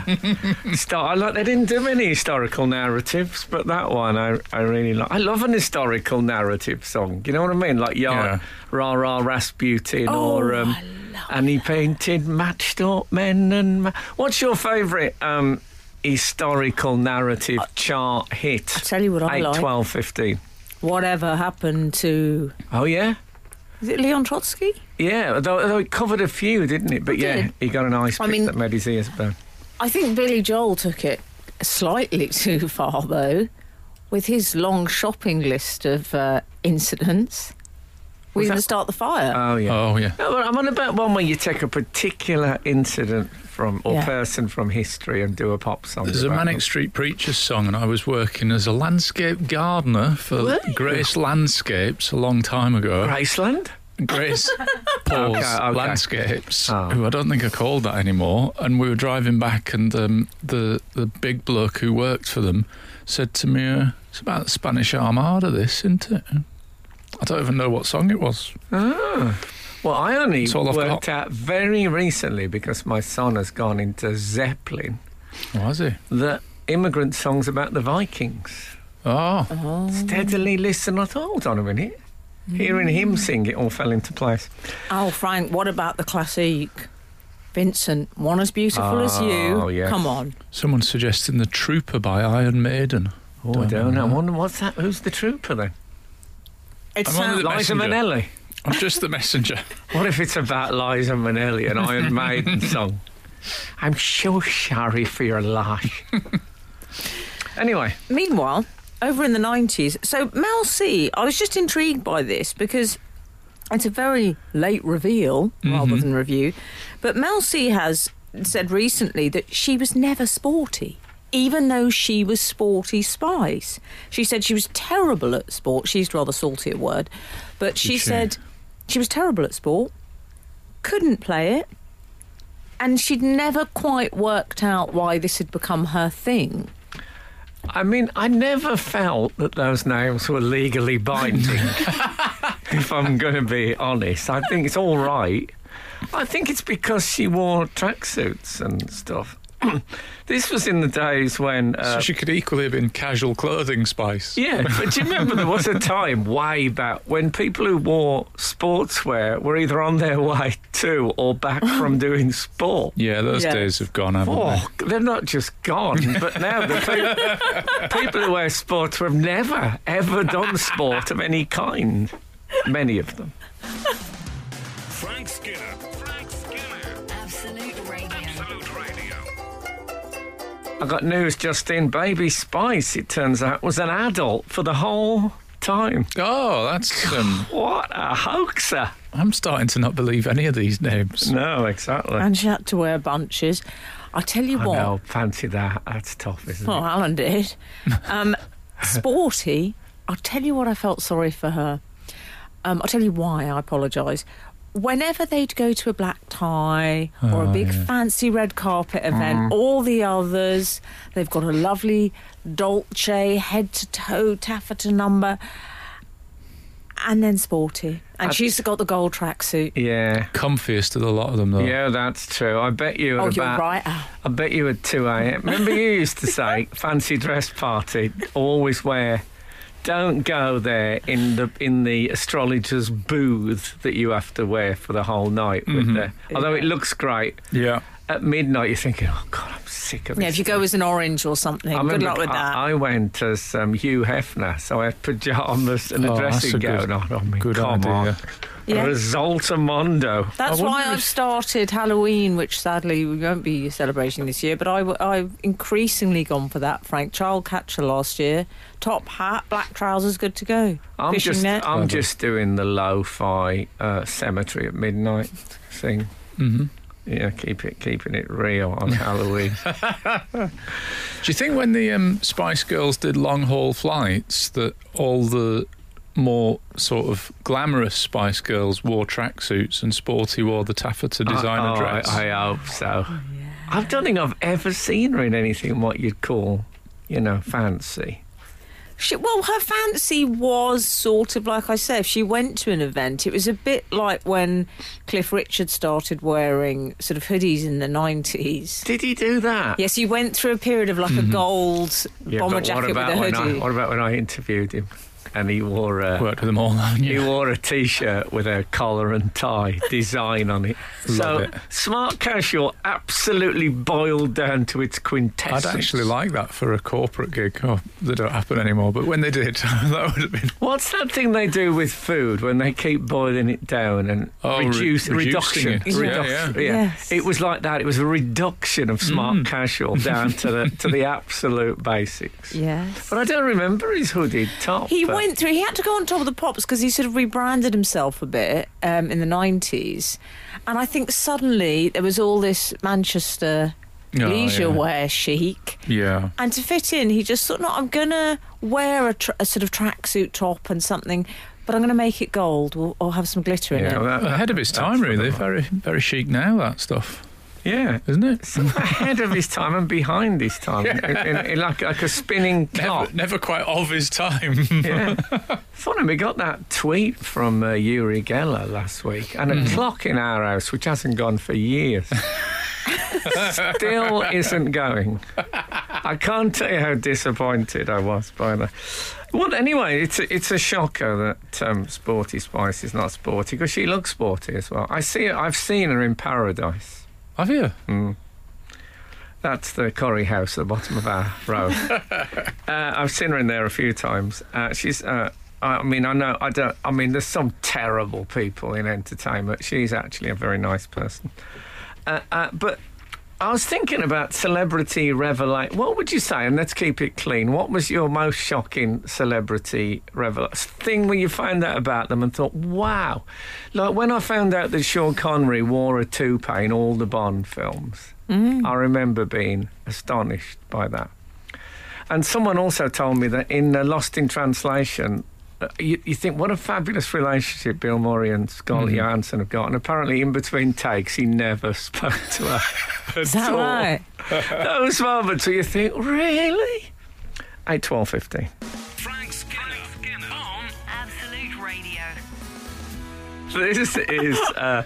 Speaker 3: star- I like, they didn't do many historical narratives, but that one I, I really like. I love an historical narrative song. You know what I mean? Like, yeah,
Speaker 4: Yeah.
Speaker 3: Rah Rah Rasputin
Speaker 5: Oh,
Speaker 3: or. Um,
Speaker 5: I love
Speaker 3: and he painted matched up men and. Ma- What's your favourite um, historical narrative chart hit?
Speaker 5: I'll tell you what I
Speaker 3: 8,
Speaker 5: like.
Speaker 3: 12, 15.
Speaker 5: Whatever happened to?
Speaker 3: Oh, yeah?
Speaker 5: Is it Leon Trotsky?
Speaker 3: Yeah, though, though it covered a few, didn't it? But yeah,
Speaker 5: did.
Speaker 3: he got an ice
Speaker 5: I
Speaker 3: pick
Speaker 5: mean-
Speaker 3: that made his ears burn.
Speaker 5: I think Billy Joel took it slightly <laughs> too far though, with his long shopping list of uh, incidents. We're
Speaker 3: Was
Speaker 5: going to
Speaker 3: that-
Speaker 5: start the fire.
Speaker 3: Oh, yeah.
Speaker 4: Oh yeah.
Speaker 3: No, well, I'm on about one where you take a particular incident from or
Speaker 5: Yeah.
Speaker 3: person from history and do a pop song.
Speaker 4: There's a
Speaker 3: about
Speaker 4: Manic Street Preachers song, and I was working as a landscape gardener for Grace Landscapes a long time ago.
Speaker 3: them. Graceland.
Speaker 4: Grace Paul's
Speaker 3: Okay, okay.
Speaker 4: Landscapes,
Speaker 3: Oh.
Speaker 4: who I don't think are called that anymore. And we were driving back, and um, the the big bloke who worked for them said to me, uh, "It's about the Spanish Armada, this, isn't it?" I don't even know what song it was.
Speaker 3: Well, I only
Speaker 4: That's all I've
Speaker 3: worked
Speaker 4: got.
Speaker 3: out very recently because my son has gone into Zeppelin
Speaker 4: Was he?
Speaker 3: that immigrant songs about the Vikings.
Speaker 4: Oh,
Speaker 3: Steadily listen. I thought, hold on a minute. Hearing him sing, it all fell into place.
Speaker 5: Oh, Frank, what about the classique? Vincent, one as beautiful as you.
Speaker 3: Oh, yes.
Speaker 5: Come on.
Speaker 4: someone's suggesting the Trooper by Iron Maiden.
Speaker 3: Oh, I don't know. I wonder what's that? Who's the trooper then?
Speaker 5: It
Speaker 4: I'm on
Speaker 5: sounds
Speaker 4: The
Speaker 3: Liza
Speaker 4: messenger.
Speaker 3: Minnelli.
Speaker 4: I'm just the messenger.
Speaker 3: What if it's about Liza Minnelli, an Iron Maiden song? I'm so sorry for your loss. anyway,
Speaker 5: Meanwhile, over in the 90s, so Mel C, I was just intrigued by this because it's a very late reveal rather than review. But Mel C has said recently that she was never sporty, even though she was Sporty Spice. She said she was terrible at sport. She used a rather salty a word, but she
Speaker 4: she?
Speaker 5: said she was terrible at sport, couldn't play it. And she'd never quite worked out why this had become her thing.
Speaker 3: I mean, I never felt that those names were legally binding, if I'm going to be honest. I think it's all right. I think it's because she wore tracksuits and stuff. <clears throat> this was in the days when. Uh,
Speaker 4: so she could equally have been casual clothing spice.
Speaker 3: Yeah, but do you remember there
Speaker 5: <laughs>
Speaker 3: was a time way back when people who wore sportswear were either on their way to or back
Speaker 5: <laughs>
Speaker 3: from doing sport?
Speaker 4: Yeah, those
Speaker 5: Yeah.
Speaker 4: days have gone, haven't
Speaker 3: Oh, they're not just gone, but now the
Speaker 5: <laughs>
Speaker 3: pe- people who wear sportswear have never, ever done sport of any kind. Many of them.
Speaker 1: Frank Skinner. Frank Skinner.
Speaker 2: Absolute Radio.
Speaker 1: Absolute Radio.
Speaker 3: I got news just in. Baby Spice, it turns out, was an adult for the whole time.
Speaker 4: they? Oh, that's. Um,
Speaker 3: What a hoaxer.
Speaker 4: I'm starting to not believe any of these names.
Speaker 3: No, exactly.
Speaker 5: and she had to wear bunches. I tell you
Speaker 3: I
Speaker 5: what,
Speaker 3: know, fancy that. That's tough, isn't
Speaker 5: well,
Speaker 3: it?
Speaker 5: Alan
Speaker 3: <laughs>
Speaker 5: did. Um, sporty, I'll tell you what, I felt sorry for her. Um, I'll tell you why, I apologise. Whenever they'd go to a black tie or
Speaker 3: Oh,
Speaker 5: a big fancy red carpet
Speaker 3: Mm.
Speaker 5: event, all the others, they've got a lovely Dolce head to toe taffeta number, and then sporty. And she's got the gold tracksuit.
Speaker 3: Yeah.
Speaker 4: Comfiest of the lot of them, though.
Speaker 3: Yeah, that's true. I bet you at
Speaker 5: Oh, you're
Speaker 3: about,
Speaker 5: right. Al.
Speaker 3: I bet you at 2 a.m. Remember you used to
Speaker 5: <laughs>
Speaker 3: say, fancy dress party, always wear. Don't go there in the in the astrologer's booth that you have to wear for the whole night. With
Speaker 5: Mm-hmm.
Speaker 3: the, although it looks great
Speaker 4: Yeah.
Speaker 3: at midnight, you're thinking, "Oh God, I'm sick of this."
Speaker 5: Yeah, if you go as an orange or something,
Speaker 3: I
Speaker 5: good
Speaker 3: remember
Speaker 5: luck with
Speaker 3: I-
Speaker 5: that.
Speaker 3: I went as um, Hugh Hefner, so I had pajamas and a
Speaker 4: Oh, that's
Speaker 3: dressing
Speaker 4: a good-
Speaker 3: gown on. I mean,
Speaker 4: Good
Speaker 3: come
Speaker 4: idea.
Speaker 3: on,
Speaker 5: Yeah.
Speaker 3: Risolta Mondo.
Speaker 5: That's
Speaker 4: I wonder
Speaker 5: why
Speaker 4: if-
Speaker 5: I've started Halloween, which sadly we won't be celebrating this year, but I, have increasingly gone for that, Frank. Child catcher last year. Top hat, black trousers, good to go.
Speaker 3: I'm
Speaker 5: Fishing
Speaker 3: just
Speaker 5: net.
Speaker 3: I'm
Speaker 4: Clever.
Speaker 3: just doing the lo-fi uh, cemetery at midnight thing.
Speaker 4: hmm
Speaker 3: Yeah, keep it keeping it real on Halloween.
Speaker 4: Do you think when the um, Spice Girls did long haul flights that all the more sort of glamorous Spice Girls wore tracksuits and Sporty wore the taffeta designer
Speaker 3: I, oh,
Speaker 4: dress?
Speaker 3: I, I hope so.
Speaker 5: Oh,
Speaker 3: I don't think I've ever seen her in anything what you'd call, you know, fancy.
Speaker 5: She, well, her fancy was sort of like I said. If she went to an event, it was a bit like when Cliff Richard started wearing sort of hoodies in
Speaker 3: <laughs>
Speaker 5: the nineties.
Speaker 3: Did he do that?
Speaker 5: Yes, he went through a period of like a gold
Speaker 3: Mm-hmm. Yeah,
Speaker 5: bomber
Speaker 3: but what
Speaker 5: jacket with
Speaker 3: about
Speaker 5: a
Speaker 3: when
Speaker 5: hoodie.
Speaker 3: I what about when I interviewed him and he wore a
Speaker 4: Worked with them all, haven't
Speaker 3: he
Speaker 4: you?
Speaker 3: wore a t-shirt with a collar and tie design on it. so
Speaker 4: Love it.
Speaker 3: smart casual absolutely boiled down to its quintessence.
Speaker 4: I'd actually like that for a corporate gig. Oh, they don't happen anymore, but when they did, <laughs> that would have been.
Speaker 3: What's that thing they do with food when they keep boiling it down and
Speaker 4: Oh, re-
Speaker 3: reduce
Speaker 4: reducing
Speaker 3: reduction?
Speaker 4: it.
Speaker 5: Yeah,
Speaker 3: Reduction,
Speaker 5: yeah. Yes.
Speaker 3: It was like that. It was a reduction of smart
Speaker 4: Mm.
Speaker 3: casual down to the to the absolute
Speaker 5: <laughs>
Speaker 3: basics.
Speaker 5: Yes.
Speaker 3: But I don't remember his hooded top.
Speaker 5: He
Speaker 3: but-
Speaker 5: went through. He had to go on top of the pops because he sort of rebranded himself a bit um, in the nineties, and I think suddenly there was all this Manchester
Speaker 4: Oh,
Speaker 5: leisure
Speaker 4: yeah.
Speaker 5: wear chic,
Speaker 4: Yeah.
Speaker 5: and to fit in, he just thought, "No, I'm gonna wear a, tr- a sort of tracksuit top and something, but I'm gonna make it gold or, or have some glitter in
Speaker 3: Yeah,
Speaker 5: it."
Speaker 3: that-
Speaker 4: Ahead of his
Speaker 3: that's
Speaker 4: time,
Speaker 3: what
Speaker 4: really.
Speaker 3: it was.
Speaker 4: Very, very chic now, that stuff,
Speaker 3: Yeah.
Speaker 4: isn't it?
Speaker 3: So ahead of his time and behind his time, in, in, in like like a spinning top.
Speaker 4: Never, never quite of his time.
Speaker 3: <laughs> Yeah. Funny, we got that tweet from uh, Yuri Geller last week, and
Speaker 4: Mm.
Speaker 3: a clock in our house, which hasn't gone for years, still isn't going. I can't tell you how disappointed I was by that. Well, anyway, it's a, it's a shocker that um, Sporty Spice is not sporty because she looks sporty as well. I see, her, I've seen her in Paradise.
Speaker 4: Have you?
Speaker 3: Mm. That's the Corrie House at the bottom of our road. uh, I've seen her in there a few times. Uh, she's uh, I mean, I know, I don't, I mean, there's some terrible people in entertainment. She's actually a very nice person. Uh, uh, but I was thinking about celebrity revelation. What would you say? And let's keep it clean. What was your most shocking celebrity revelation? Thing where you found out about them and thought, wow. Like when I found out that Sean Connery wore a toupee in all the Bond films, I remember being astonished by that. And someone also told me that in uh, Lost in Translation, uh, you, you think what a fabulous relationship Bill Murray and Scarlett Johansson have got, and apparently in between takes he never <laughs> spoke to her.
Speaker 5: Is that right?
Speaker 3: Those moments where you think, really? Eight, twelve, fifteen.
Speaker 1: Frank Skinner, on
Speaker 2: Absolute Radio.
Speaker 3: This is uh,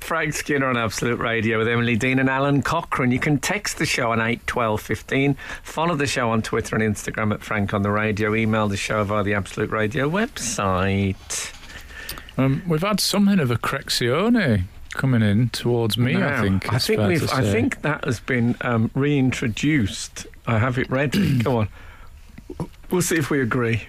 Speaker 3: Frank Skinner on Absolute Radio with Emily Dean and Alan Cochrane. You can text the show on 8 12 15. Follow the show on Twitter and Instagram at Frank on the Radio. Email the show via the Absolute Radio website.
Speaker 4: Um, we've had something of a Crexione coming in towards me. I
Speaker 3: Now,
Speaker 4: think.
Speaker 3: I
Speaker 4: it's
Speaker 3: think
Speaker 4: fair
Speaker 3: we've.
Speaker 4: to
Speaker 3: I
Speaker 4: say.
Speaker 3: think that has been um, reintroduced. I have it
Speaker 4: <clears throat>
Speaker 3: ready. Go on. We'll see if we agree.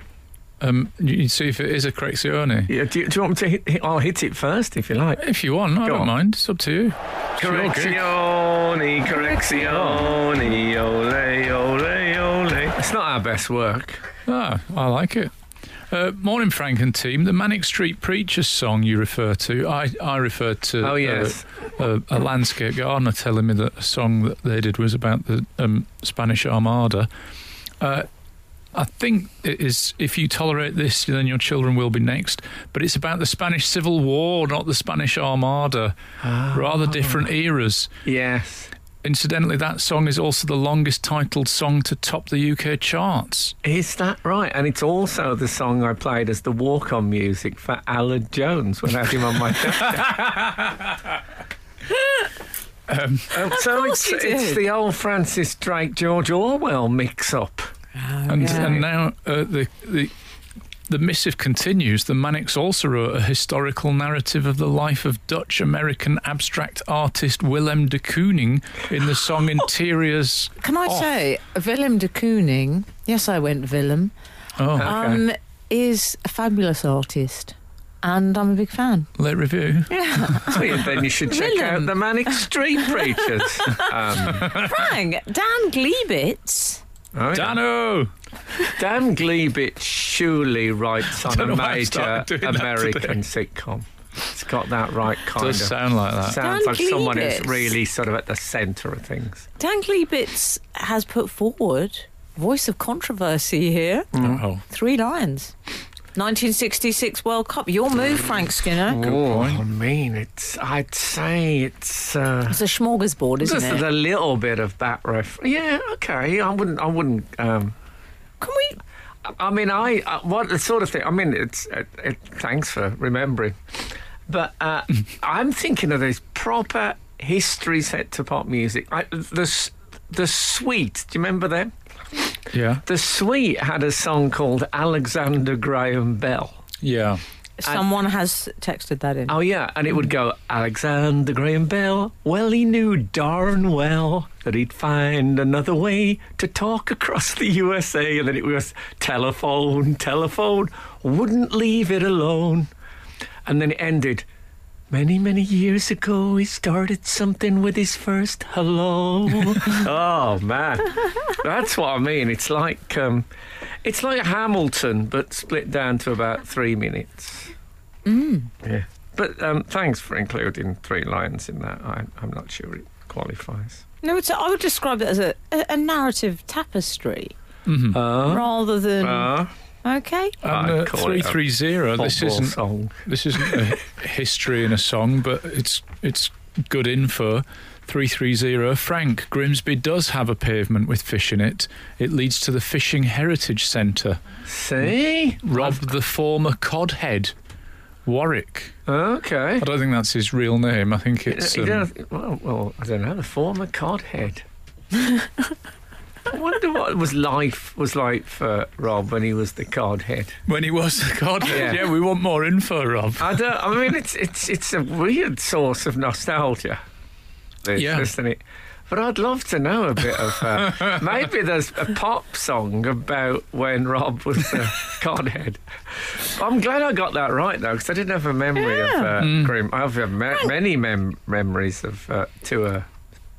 Speaker 4: Um, you you see if it is a Crexione.
Speaker 3: Yeah, do, you, do you want me to hit, hit? I'll hit it first if you like.
Speaker 4: If you want, I
Speaker 3: Go
Speaker 4: don't
Speaker 3: on.
Speaker 4: mind. It's up to you. It's your gig.
Speaker 3: Correzione, correzione, ole, ole, ole. It's not our best work.
Speaker 4: Ah, I like it. Uh, morning, Frank and team. The Manic Street Preachers song you refer to, I, I refer to.
Speaker 3: Oh, yes.
Speaker 4: uh, uh, a landscape gardener telling me that a song that they did was about the um, Spanish Armada. Uh, I think it is. If you tolerate this, then your children will be next. But it's about the Spanish Civil War, not the Spanish Armada.
Speaker 3: Ah.
Speaker 4: Rather different eras.
Speaker 3: Yes.
Speaker 4: Incidentally, that song is also the longest titled song to top the UK charts.
Speaker 3: Is that right? And it's also the song I played as the walk on music for Alan Jones when I had him on my desk. <laughs> Um, so it's,
Speaker 5: you
Speaker 3: it's
Speaker 5: did.
Speaker 3: the old Francis Drake George Orwell mix up.
Speaker 4: And,
Speaker 5: Yeah.
Speaker 4: and now uh, the, the the missive continues. The Manics also wrote a historical narrative of the life of Dutch American abstract artist Willem de Kooning in
Speaker 3: <laughs>
Speaker 4: the song Interiors.
Speaker 5: Can I
Speaker 4: Off.
Speaker 5: say, Willem de Kooning, yes, I went Willem,
Speaker 4: Oh,
Speaker 5: um, is a fabulous artist. And I'm a big fan.
Speaker 3: Oh.
Speaker 4: late review.
Speaker 3: So you- then you <laughs> should check
Speaker 5: Willem.
Speaker 3: out the Manic Street <laughs> Preachers. Um,
Speaker 5: Frank, Dan Gleebitz.
Speaker 3: oh, yeah.
Speaker 4: Dano!
Speaker 3: Dan Gleebitz surely writes on
Speaker 4: don't
Speaker 3: a
Speaker 4: know why I
Speaker 3: major
Speaker 4: started doing that
Speaker 3: American sitcom. It's got that right kind
Speaker 4: Does
Speaker 3: of.
Speaker 4: sound like that.
Speaker 3: sounds
Speaker 5: Dan
Speaker 3: like someone who's
Speaker 5: Gleebitz.
Speaker 3: really sort of at the centre of things.
Speaker 5: Dan Gleebitz has put forward voice of controversy here.
Speaker 4: Oh,
Speaker 5: Three lines. 1966 World Cup. Your move, Frank Skinner.
Speaker 3: oh, I mean, it's. I'd say it's. Uh,
Speaker 5: It's a smorgasbord, isn't
Speaker 3: just
Speaker 5: it?
Speaker 3: a little bit of bat ref. Yeah, okay. I wouldn't. I wouldn't. Um,
Speaker 5: Can we?
Speaker 3: I mean, I uh, what the sort of thing. I mean, it's it, it, thanks for remembering, but uh, I'm thinking of this proper history set to pop music. I, the s- the Sweet. Do you remember them?
Speaker 4: yeah.
Speaker 3: The Sweet had a song called Alexander Graham Bell.
Speaker 4: Yeah.
Speaker 5: Someone has texted that in.
Speaker 3: Oh yeah, and it would go Alexander Graham Bell. Well, he knew darn well that he'd find another way to talk across the USA, and then it was telephone, telephone, wouldn't leave it alone, and then it ended. Many, many years ago, he started something with his first hello. oh man, that's what I mean. It's like um, it's like Hamilton, but split down to about three minutes. Yeah. But um, thanks for including three lines in that. I, I'm not sure it qualifies.
Speaker 5: No, it's a, I would describe it as a, a, a narrative tapestry
Speaker 3: Uh,
Speaker 5: rather
Speaker 4: Mm.
Speaker 5: than.
Speaker 3: uh,
Speaker 5: okay.
Speaker 4: And
Speaker 3: I'd
Speaker 4: uh,
Speaker 3: call it a
Speaker 4: 330, this
Speaker 3: football
Speaker 4: isn't
Speaker 3: song.
Speaker 4: This isn't a history in a song, but it's it's good info. Three three zero. Frank Grimsby does have a pavement with fish in it. It leads to the Fishing Heritage Centre.
Speaker 3: See?
Speaker 4: Rob the former Codhead, Warwick.
Speaker 3: Okay.
Speaker 4: I don't think that's his real name. I think it's.
Speaker 3: You
Speaker 4: Um,
Speaker 3: don't- well, well, I don't know. The former codhead. <laughs> I wonder what was life was like for Rob when he was the codhead.
Speaker 4: when he was the Codhead.
Speaker 3: Yeah.
Speaker 4: Yeah. we want more info, Rob.
Speaker 3: I don't. I mean, it's it's it's a weird source of nostalgia, this,
Speaker 4: Yeah.
Speaker 3: isn't it? But I'd love to know a bit of
Speaker 4: <laughs>
Speaker 3: her. Maybe there's a pop song about when Rob was
Speaker 4: <laughs>
Speaker 3: a conhead. I'm glad I got that right though, because I didn't have a memory of uh,
Speaker 4: Mm.
Speaker 3: Cream. I've had me- many mem- memories of uh, tour
Speaker 5: I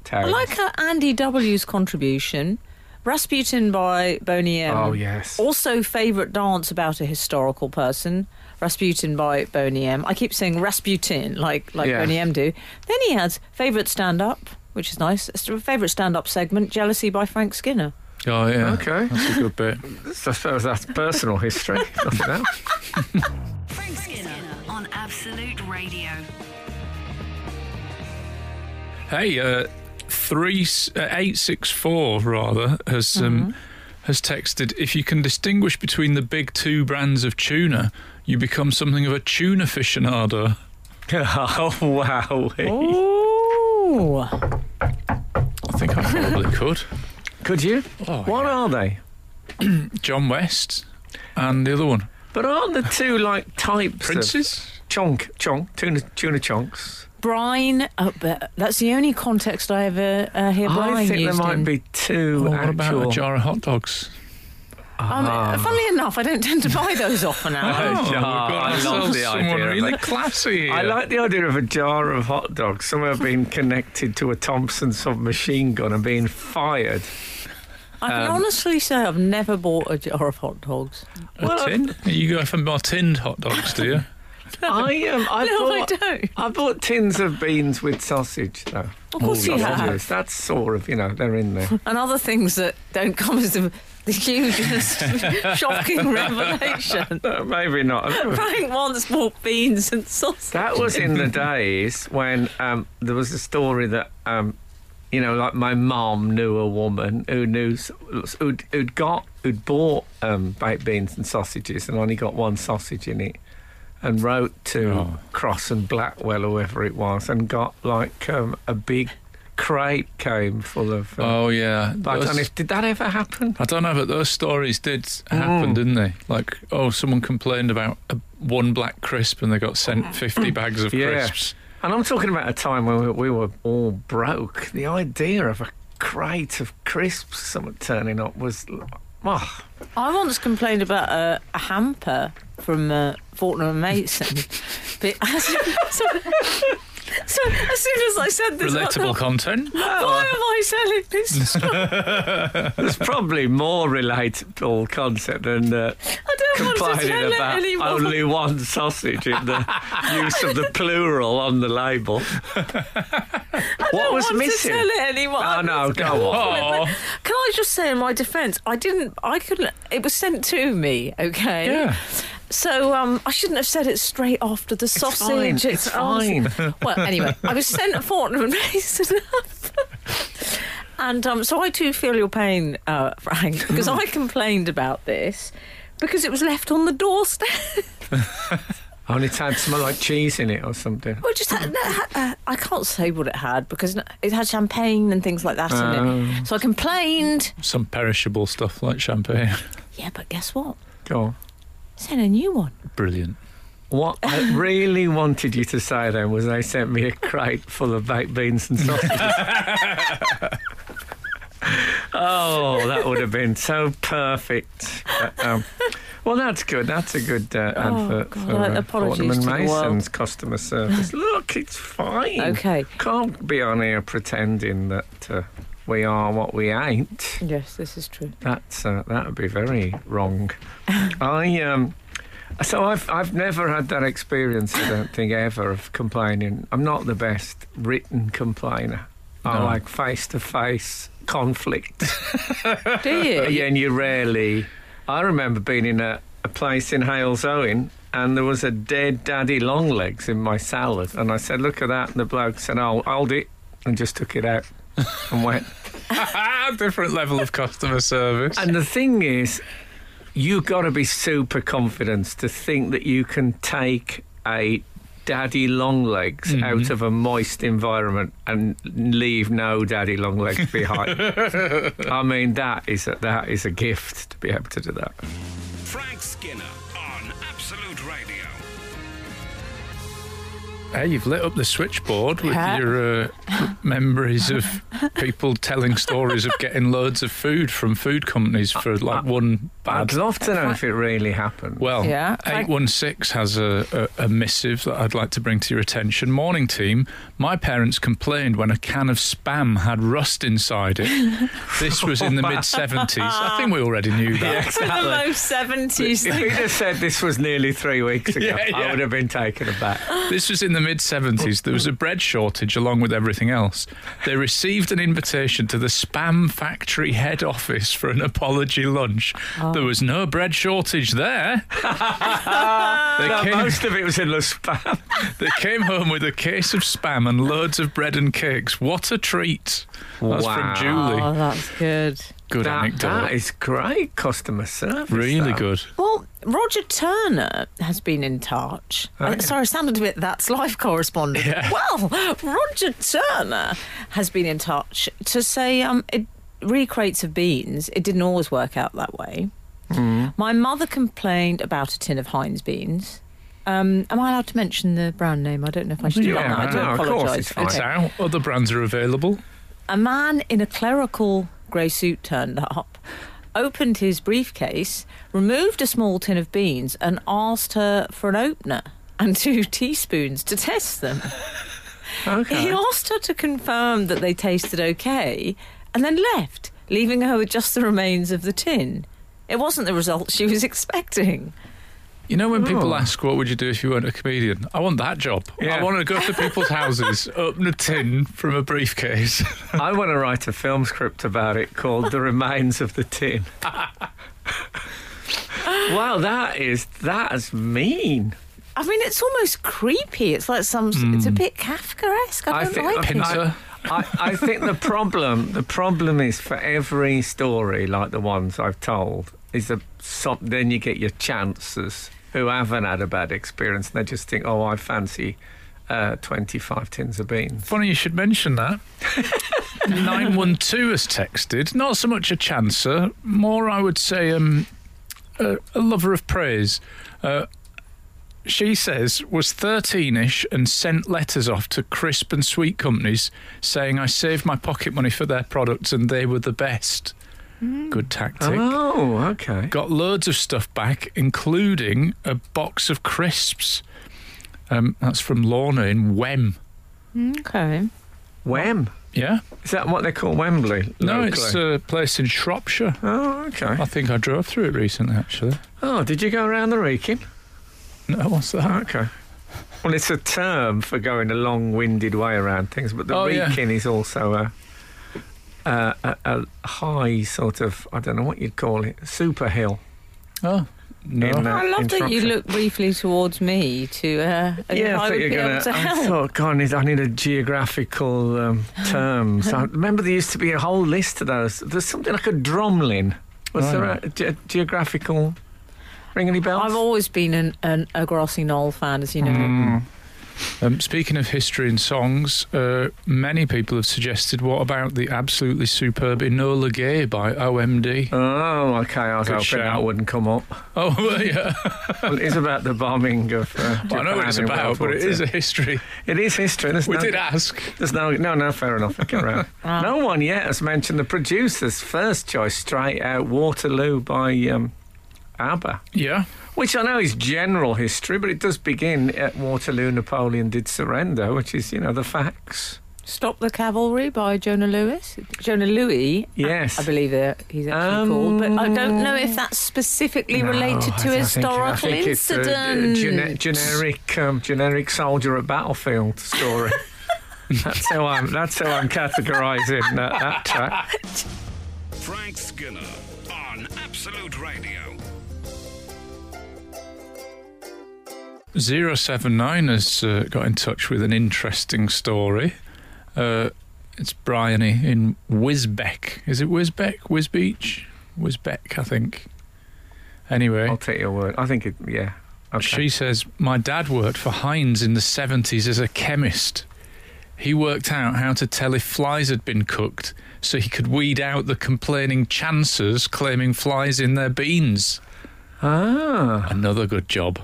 Speaker 3: towns.
Speaker 5: like her Andy W's contribution. Rasputin by Boney M.
Speaker 3: Oh, yes.
Speaker 5: Also, favourite dance about a historical person. Rasputin by Boney M. I keep saying Rasputin, like like
Speaker 3: Yeah.
Speaker 5: Boney M do. Then he has favourite stand up, which is nice. It's a Favourite stand up segment, Jealousy by Frank Skinner.
Speaker 4: Oh yeah.
Speaker 3: Okay.
Speaker 4: That's a good bit.
Speaker 3: I suppose that's personal
Speaker 5: <laughs>
Speaker 3: history. Nothing
Speaker 4: <laughs>
Speaker 3: else.
Speaker 2: Frank Skinner on Absolute Radio.
Speaker 4: Hey, uh, three s- uh, eight six four rather has um, has texted. If you can distinguish between the big two brands of tuna, you become something of a tuna aficionado.
Speaker 3: Oh wow!
Speaker 5: Ooh.
Speaker 4: I think I <laughs> probably could.
Speaker 3: Could you?
Speaker 4: Oh,
Speaker 3: what
Speaker 4: yeah.
Speaker 3: are they?
Speaker 4: John West and the other one,
Speaker 3: But aren't the two like types?
Speaker 4: Prince's.
Speaker 3: Of chonk, chonk, tuna, tuna chonks.
Speaker 5: Brine. Oh, but that's the only context I ever uh, hear brine
Speaker 3: I think there
Speaker 5: used
Speaker 3: might
Speaker 5: in.
Speaker 3: be two
Speaker 4: Well, what
Speaker 3: actual.
Speaker 4: about a jar of hot dogs?
Speaker 5: Um,
Speaker 3: Ah.
Speaker 5: Funnily enough, I don't tend to buy
Speaker 3: <laughs>
Speaker 5: those often now.
Speaker 3: Oh,
Speaker 4: we've got
Speaker 3: I love
Speaker 4: ourselves
Speaker 3: the
Speaker 4: someone
Speaker 3: idea of
Speaker 4: really
Speaker 3: that.
Speaker 4: classy. Here.
Speaker 3: I like the idea of a jar of hot dogs somewhere being connected to a Thompson submachine gun and being
Speaker 5: <laughs>
Speaker 3: fired.
Speaker 5: I can
Speaker 3: Um,
Speaker 5: honestly say I've never bought a jar of hot dogs.
Speaker 4: a tin. You go for more tinned hot dogs, do you?
Speaker 3: I um, I
Speaker 5: No, I
Speaker 3: bought,
Speaker 5: don't.
Speaker 3: I bought tins of beans with sausage though.
Speaker 5: Of course you
Speaker 3: That's
Speaker 5: have.
Speaker 3: obvious. That's sort of you know they're in
Speaker 5: <laughs>
Speaker 3: there.
Speaker 5: And other things that don't come as the,
Speaker 3: <laughs>
Speaker 5: the hugest shocking revelation.
Speaker 3: Uh, maybe not.
Speaker 5: Frank once bought beans and sausage.
Speaker 3: That was in the days when um, there was a story that, um, you know, like my mum knew a woman who knew s- who'd, who'd got who'd bought um, baked beans and sausages and only got one sausage in it, and wrote to
Speaker 4: Oh.
Speaker 3: Cross and Blackwell or whoever it was and got like um, a big crate came full of. Um,
Speaker 4: Oh yeah.
Speaker 3: like,
Speaker 4: Those-
Speaker 3: and if- did that ever happen?
Speaker 4: I don't know, but those stories did happen,
Speaker 3: Mm.
Speaker 4: didn't they? Like, oh, someone complained about a, one black crisp and they got sent 50 bags of
Speaker 3: Yeah.
Speaker 4: crisps.
Speaker 3: And I'm talking about a time when we, we were all broke. The idea of a crate of crisps, someone turning up was. Oh,
Speaker 5: I once complained about a, a hamper from uh, Fortnum and <laughs> Mason. but as, so, so as soon as I said this, I thought,
Speaker 4: Relatable content.
Speaker 5: why am I selling this?
Speaker 3: it's probably more relatable concept than uh,
Speaker 5: I
Speaker 3: <laughs>
Speaker 5: don't want to
Speaker 3: complaining
Speaker 5: tell
Speaker 3: about
Speaker 5: anyone.
Speaker 3: only one sausage in the use of the plural on the label. what was
Speaker 5: want
Speaker 3: missing?
Speaker 5: to tell it anyone.
Speaker 3: Oh no, go on.
Speaker 4: <laughs> Oh,
Speaker 5: Can I just say in my defence, I didn't, I couldn't. It was sent to me, okay?
Speaker 4: yeah.
Speaker 5: So um, I shouldn't have said it straight after the sausage.
Speaker 3: fine, it's
Speaker 5: oh,
Speaker 3: fine.
Speaker 5: <laughs> well, anyway, I was sent a Fortnum and Mason up. <laughs> And um, so I too feel your pain, uh, Frank, because <laughs> I complained about this because it was left on the doorstep.
Speaker 3: Only time smell like cheese in it or something.
Speaker 5: Well, just had, no, ha- uh, I can't say what it had because it had champagne and things like that in it. So I complained.
Speaker 4: Some perishable stuff like champagne. <laughs>
Speaker 5: Yeah, but guess what?
Speaker 3: Go on.
Speaker 5: Send a new one.
Speaker 4: Brilliant. <laughs>
Speaker 3: What
Speaker 5: <laughs>
Speaker 3: I really wanted you to say then was they sent me a crate full of baked beans and
Speaker 5: <laughs>
Speaker 3: sausages. oh, that would have been so perfect. But, um, well, that's good. That's a good uh, advert
Speaker 5: Oh, God,
Speaker 3: for uh,
Speaker 5: apologies
Speaker 3: Fortnum and
Speaker 5: to the
Speaker 3: Mason's
Speaker 5: world.
Speaker 3: customer
Speaker 5: <laughs>
Speaker 3: service. Look, it's fine.
Speaker 5: Okay.
Speaker 3: Can't be on here pretending that uh, we are what we ain't.
Speaker 5: Yes, this is true.
Speaker 3: That's uh, that would be very wrong. I um, so I've I've never had that experience. I don't think ever of complaining. I'm not the best written complainer. I
Speaker 4: No.
Speaker 3: like face to face conflict,
Speaker 5: Do <laughs> you?
Speaker 3: and you rarely. I remember being in a, a place in Hales Owen. And there was a dead daddy long legs in my salad. And I said, Look at that. And the bloke said, Oh, hold it. And just took it out and went,
Speaker 4: Different level of customer service.
Speaker 3: And the thing is, you got to be super confident to think that you can take a daddy long legs
Speaker 4: Mm-hmm.
Speaker 3: out of a moist environment and leave no daddy long legs
Speaker 4: <laughs>
Speaker 3: behind. I mean, that is a, that is a gift to be able to do that.
Speaker 1: Frank Skinner on Absolute Radio.
Speaker 4: Hey, you've lit up the switchboard with
Speaker 5: Yeah.
Speaker 4: your uh, memories of people telling stories of getting loads of food from food companies for like one
Speaker 3: I'd
Speaker 4: bad.
Speaker 3: love to know if it really happened.
Speaker 4: Well,
Speaker 5: Yeah, thank-
Speaker 4: 816 has a, a, a missive that I'd like to bring to your attention. Morning team, my parents complained when a can of spam had rust inside it. This was in the mid 70s. I think we already knew that.
Speaker 5: the low 70s <laughs>
Speaker 3: if
Speaker 5: thing.
Speaker 3: he'd have said this was nearly three weeks ago,
Speaker 4: <laughs> Yeah, yeah.
Speaker 3: I would have been taken
Speaker 4: <laughs>
Speaker 3: aback.
Speaker 4: This was in the mid 70s. There was a bread shortage along with everything else. They received an invitation to the spam factory head office for an apology lunch. There was no bread shortage there. they,
Speaker 3: Ah, No,
Speaker 4: came,
Speaker 3: most of it was in the spam.
Speaker 4: they came home with a case of spam and loads of bread and cakes. What a treat! That's
Speaker 3: Wow.
Speaker 4: from Julie.
Speaker 5: Oh, that's good.
Speaker 4: Good
Speaker 3: That,
Speaker 4: anecdote.
Speaker 3: that is great customer service.
Speaker 4: really
Speaker 3: though.
Speaker 4: good.
Speaker 5: Well, Roger Turner has been in touch.
Speaker 3: Oh,
Speaker 5: Uh, Sorry, I sounded a bit that's life correspondent. Well, Roger Turner has been in touch to say um, it recrates of beans. It didn't always work out that way.
Speaker 3: Mm.
Speaker 5: My mother complained about a tin of Heinz beans. Um, am I allowed to mention the brand name? I don't know if I should do
Speaker 3: Yeah,
Speaker 5: that. I do
Speaker 3: no, of course,
Speaker 5: apologise.
Speaker 3: it's fine.
Speaker 5: Okay.
Speaker 4: It's out. Other brands are available.
Speaker 5: A man in a clerical grey suit turned up, opened his briefcase, removed a small tin of beans, and asked her for an opener and <laughs> two teaspoons to test them. He asked her to confirm that they tasted okay and then left, leaving her with just the remains of the tin. It wasn't the result she was <laughs> expecting.
Speaker 4: You know when people
Speaker 3: Oh.
Speaker 4: ask, "What would you do if you weren't a comedian?" I want that job.
Speaker 3: Yeah.
Speaker 4: I want to go to people's
Speaker 3: <laughs>
Speaker 4: houses, open a tin from a briefcase.
Speaker 3: I want to write a film script about it called The Remains of the Tin. wow, that is that's mean.
Speaker 5: I mean, it's almost creepy. It's like some. It's a bit Kafkaesque. I don't like it.
Speaker 4: Pincer.
Speaker 3: I, I think the problem the problem is for every story like the ones I've told is that some, then you get your chances who haven't had a bad experience and they just think oh I fancy uh, 25 tins of beans.
Speaker 4: Funny you should mention that. <laughs> Nine one two has texted. Not so much a chancer, more I would say um, a, a lover of praise. Uh, she says was thirteen-ish and sent letters off to crisp and sweet companies saying I saved my pocket money for their products and they were the best. Good tactic.
Speaker 3: Oh, okay.
Speaker 4: got loads of stuff back, including a box of crisps. Um, that's from Lorna in Wem.
Speaker 5: Okay.
Speaker 3: Wem.
Speaker 4: Yeah?
Speaker 3: Is that what they call Wembley?
Speaker 4: No,
Speaker 3: locally?
Speaker 4: it's uh, a place in Shropshire.
Speaker 3: Oh, okay.
Speaker 4: I think I drove through it recently, actually.
Speaker 3: Oh, did you go around the reeking?
Speaker 4: No, what's that?
Speaker 3: Okay. Well, it's a term for going a long-winded way around things, but the
Speaker 4: Oh, yeah.
Speaker 3: reeking is also a, a, a, a high sort of I don't know what you'd call it, super hill.
Speaker 4: Oh, no.
Speaker 3: In, uh,
Speaker 5: I love that you
Speaker 3: interruption.
Speaker 5: look briefly towards me to uh,
Speaker 3: Yeah,
Speaker 5: if
Speaker 3: I
Speaker 5: I
Speaker 3: thought
Speaker 5: would
Speaker 3: you
Speaker 5: be
Speaker 3: were gonna.
Speaker 5: able to
Speaker 3: I
Speaker 5: help.
Speaker 3: thought, God, I need, I need a geographical
Speaker 5: <laughs>
Speaker 3: um, term. So I remember there used to be a whole list of those. There's something like a drumlin. Was
Speaker 4: Right.
Speaker 3: there a, ge- geographical? Ring any bells?
Speaker 5: I've always been an, an, a Grassy Knoll fan, as you know.
Speaker 3: Mm.
Speaker 4: Um, speaking of history and songs, uh, many people have suggested what about the absolutely superb Enola Gay by OMD?
Speaker 3: Oh, okay. I was
Speaker 4: Good
Speaker 3: hoping
Speaker 4: shout.
Speaker 3: that wouldn't come up.
Speaker 4: <laughs> Oh, yeah.
Speaker 3: Well, it is about the bombing of.
Speaker 4: <laughs>
Speaker 3: Uh,
Speaker 4: I know what it's
Speaker 3: Japan in
Speaker 4: about,
Speaker 3: World
Speaker 4: but
Speaker 3: War
Speaker 4: it
Speaker 3: Two.
Speaker 4: is a history.
Speaker 3: It is history. There's
Speaker 4: We
Speaker 3: no,
Speaker 4: did ask.
Speaker 3: There's no, no, no. Fair enough. Get
Speaker 4: <laughs>
Speaker 3: around. no one yet has mentioned the producer's first choice, straight out Waterloo by um, ABBA,
Speaker 4: Yeah.
Speaker 3: which I know is general history, but it does begin at Waterloo. Napoleon did surrender, which is you know the facts.
Speaker 5: Stop the Cavalry by Jonah Lewis. Jonah Louis,
Speaker 3: Yes.
Speaker 5: I believe that he's actually
Speaker 3: Um,
Speaker 5: called, but I don't know if that's specifically related
Speaker 3: No, I-
Speaker 5: to
Speaker 3: I think-
Speaker 5: historical
Speaker 3: I think it's uh, a- a
Speaker 5: incidents.
Speaker 3: gene- generic, um, generic soldier at battlefield
Speaker 5: <laughs>
Speaker 3: story. that's how I'm. That's how I'm categorising that, that track.
Speaker 1: Frank Skinner on Absolute Radio.
Speaker 4: 079 has uh, got in touch with an interesting story. Uh, it's Bryony in Wisbeck. Is it Wisbeck? Wisbeach? Wisbeck, I think. Anyway,
Speaker 3: I'll take your word. I think it. Yeah. Okay.
Speaker 4: she says My dad worked for Heinz in the 70s as a chemist. He worked out how to tell if flies had been cooked so he could weed out the complaining chancers claiming flies in their beans.
Speaker 3: ah.
Speaker 4: Another good job.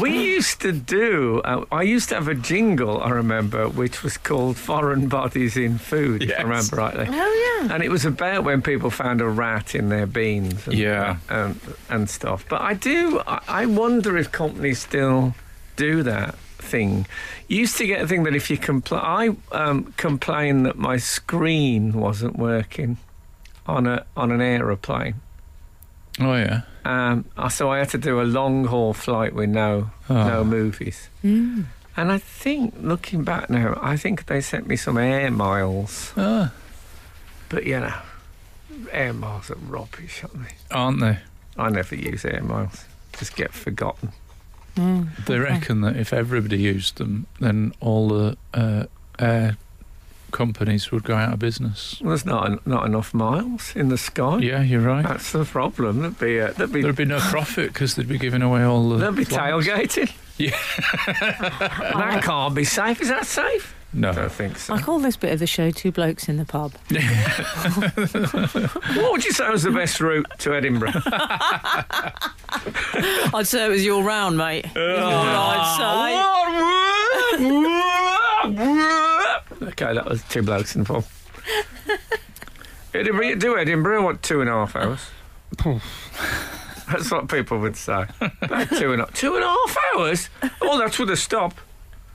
Speaker 3: we used to do. Uh, I used to have a jingle. I remember, which was called "Foreign Bodies in Food." If I
Speaker 4: Yes.
Speaker 3: remember rightly.
Speaker 5: Oh, yeah.
Speaker 3: And it was about when people found a rat in their beans. And, uh,
Speaker 4: Yeah.
Speaker 3: And, and stuff. But I do. I I wonder if companies still do that thing. You used to get a thing that if you complain, I um, complained that my screen wasn't working on a on an aeroplane.
Speaker 4: Oh, yeah.
Speaker 3: Um, uh, so I had to do a long haul flight with no
Speaker 4: Ah.
Speaker 3: no movies. And I think, looking back now, I think they sent me some air miles.
Speaker 4: Ah,
Speaker 3: But you know, air miles are rubbish, aren't they?
Speaker 4: aren't they?
Speaker 3: I never use air miles. Just get forgotten.
Speaker 4: They reckon that if everybody used them, then all the uh, air companies would go out of business.
Speaker 3: Well, there's not en- not enough miles in the sky.
Speaker 4: Yeah, you're right.
Speaker 3: That's the problem. That'd be uh, that'd be
Speaker 4: There'd be no profit because they'd be giving away all the.
Speaker 3: that'd be
Speaker 4: flights.
Speaker 3: tailgating.
Speaker 4: Yeah.
Speaker 3: <laughs> that can't be safe. Is that safe? I
Speaker 4: No.
Speaker 3: don't think so.
Speaker 5: I call this bit of the show Two Blokes in
Speaker 3: <laughs>
Speaker 5: the Pub.
Speaker 3: what would you say was the best route to Edinburgh?
Speaker 5: I'd say it was your
Speaker 3: <laughs>
Speaker 5: round, mate. Is what
Speaker 3: Ah,
Speaker 5: I'd say.
Speaker 3: okay, that was two blokes in four. Edinburgh, you do Edinburgh, what, two and a half hours? that's what people would say. About two and a, two and a half hours? Oh, that's with a stop.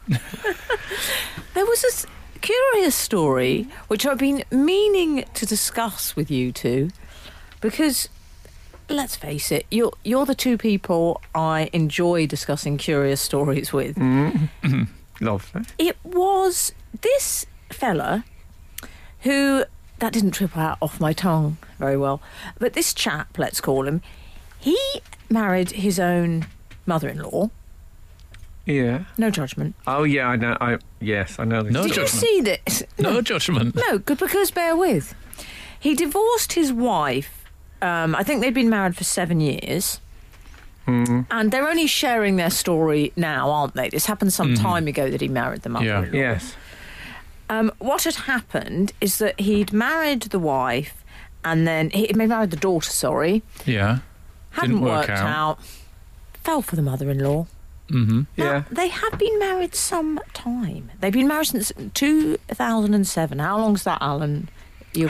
Speaker 5: There was this curious story which I've been meaning to discuss with you two because let's face it, you're you're the two people I enjoy discussing curious stories with.
Speaker 4: Mm.
Speaker 3: Lovely.
Speaker 5: It was this fella who that didn't trip out off my tongue very well, but this chap, let's call him, he married his own mother-in-law.
Speaker 3: Yeah.
Speaker 5: No judgment.
Speaker 3: Oh, yeah, I know. I Yes, I know this.
Speaker 4: No
Speaker 5: Did you
Speaker 4: judgment.
Speaker 5: see this?
Speaker 4: No judgment.
Speaker 5: No, good because bear with. He divorced his wife. Um, I think they'd been married for seven years. And they're only sharing their story now, aren't they? This happened some time ago that he married the mother.
Speaker 4: Mm-hmm. Yeah.
Speaker 3: Yes.
Speaker 5: Um, what had happened is that he'd married the wife and then he'd married the daughter, sorry.
Speaker 4: Yeah.
Speaker 5: Hadn't
Speaker 4: Didn't work
Speaker 5: worked
Speaker 4: out.
Speaker 5: out. Fell for the mother in law.
Speaker 4: Mm-hmm.
Speaker 3: Yeah.
Speaker 5: They have been married some time. They've been married since 2007. How long's that, Alan? You're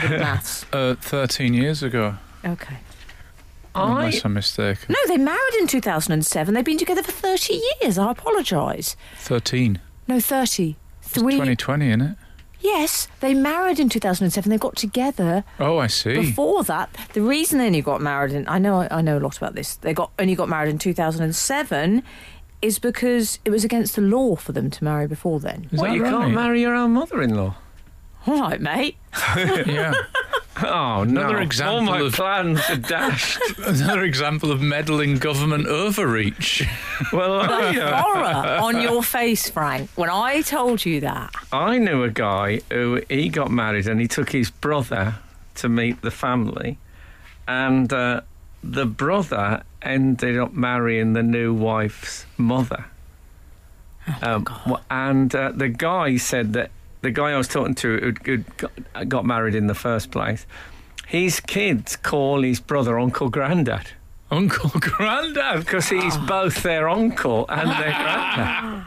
Speaker 4: <laughs>
Speaker 5: with maths.
Speaker 4: Uh, 13 years ago,
Speaker 5: Okay.
Speaker 3: I,
Speaker 4: unless I'm mistaken.
Speaker 5: No, they married in 2007. They've been together for 30 years. I apologise.
Speaker 4: 13.
Speaker 5: No, 30. Three.
Speaker 4: 2020, innit?
Speaker 5: Yes, they married in 2007. They got together
Speaker 4: Oh, I see.
Speaker 5: before that. The reason they only got married in I know I know a lot about this. They got only got married in 2007 is because it was against the law for them to marry before then.
Speaker 4: Is
Speaker 3: well,
Speaker 4: that
Speaker 3: you
Speaker 4: right?
Speaker 3: can't marry your own mother in law.
Speaker 5: All
Speaker 4: <laughs>
Speaker 5: right, mate.
Speaker 4: Yeah.
Speaker 3: Oh, no.
Speaker 4: Another example
Speaker 3: All my
Speaker 4: of-
Speaker 3: plans are
Speaker 4: <laughs>
Speaker 3: dashed.
Speaker 4: Another example of meddling government overreach. <laughs>
Speaker 3: well, I, you know,
Speaker 5: Horror on your face, Frank, when I told you that.
Speaker 3: I knew a guy who he got married and he took his brother to meet the family, and uh, the brother ended up marrying the new wife's mother. Um, wha- and uh, the guy said that the guy I was talking to who who'd got- got married in the first place, his kids call his brother Uncle Grandad
Speaker 4: Uncle Grandad.
Speaker 3: because he's both their uncle and their granddad.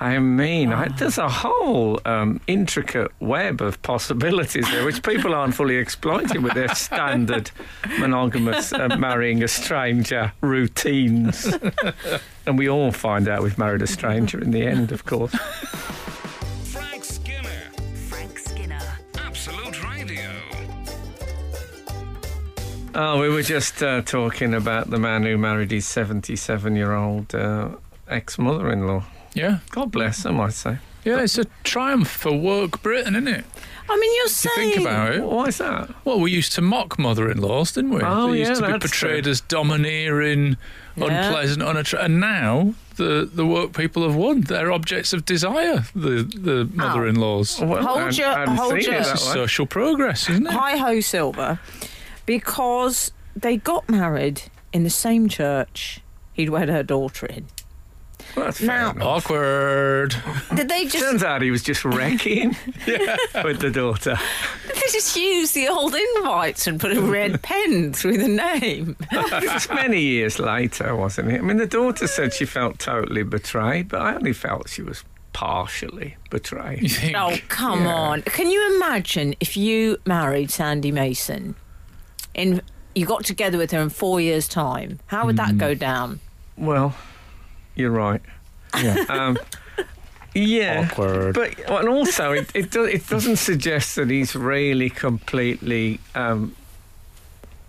Speaker 3: I mean, I, there's a whole um, intricate web of possibilities there, which people aren't fully exploiting with their standard monogamous uh, marrying a stranger routines. and we all find out we've married a stranger in the end, of course.
Speaker 1: Frank Skinner.
Speaker 2: Frank Skinner.
Speaker 1: Absolute Radio.
Speaker 3: Oh, we were just uh, talking about the man who married his 77 year old uh, ex mother in law.
Speaker 4: Yeah.
Speaker 3: God bless him, I say.
Speaker 4: Yeah, it's a triumph for woke Britain, isn't it?
Speaker 5: I mean, you're
Speaker 4: If you
Speaker 5: saying
Speaker 4: think about it.
Speaker 3: Why is that?
Speaker 4: Well, we used to mock mother-in-laws, didn't we?
Speaker 3: Oh,
Speaker 4: they used
Speaker 3: yeah,
Speaker 4: to be
Speaker 3: that's
Speaker 4: portrayed
Speaker 3: true.
Speaker 4: as domineering, unpleasant, unattractive. And now the, the woke people have won. They're objects of desire, the, the mother-in-laws.
Speaker 3: Oh. Well,
Speaker 5: Hold
Speaker 3: I-
Speaker 5: your-
Speaker 3: I hadn't
Speaker 5: hold
Speaker 3: seen
Speaker 5: your-
Speaker 3: it
Speaker 4: This
Speaker 3: that
Speaker 4: is
Speaker 3: way.
Speaker 4: social progress, isn't it?
Speaker 5: Hi Ho Silver because they got married in the same church he'd wed her daughter in.
Speaker 3: Well, that's fair
Speaker 5: Now-
Speaker 3: enough.
Speaker 4: Awkward.
Speaker 5: Did they just <laughs>
Speaker 3: Turns out he was just wrecking with the daughter.
Speaker 5: the thing just use the old invites and put a red pen through the name.
Speaker 3: it was many years later, wasn't it? I mean, the daughter said she felt totally betrayed, but I only felt she was partially
Speaker 4: You
Speaker 3: betrayed.
Speaker 4: think,
Speaker 5: Oh, come
Speaker 3: Yeah.
Speaker 5: on. Can you imagine if you married Sandy Mason in you got together with her in four years' time? How would that go down?
Speaker 3: Well, you're right.
Speaker 4: Yeah.
Speaker 3: <laughs> Um, yeah.
Speaker 4: Awkward.
Speaker 3: But and also, it it, do, it doesn't suggest that he's really completely um,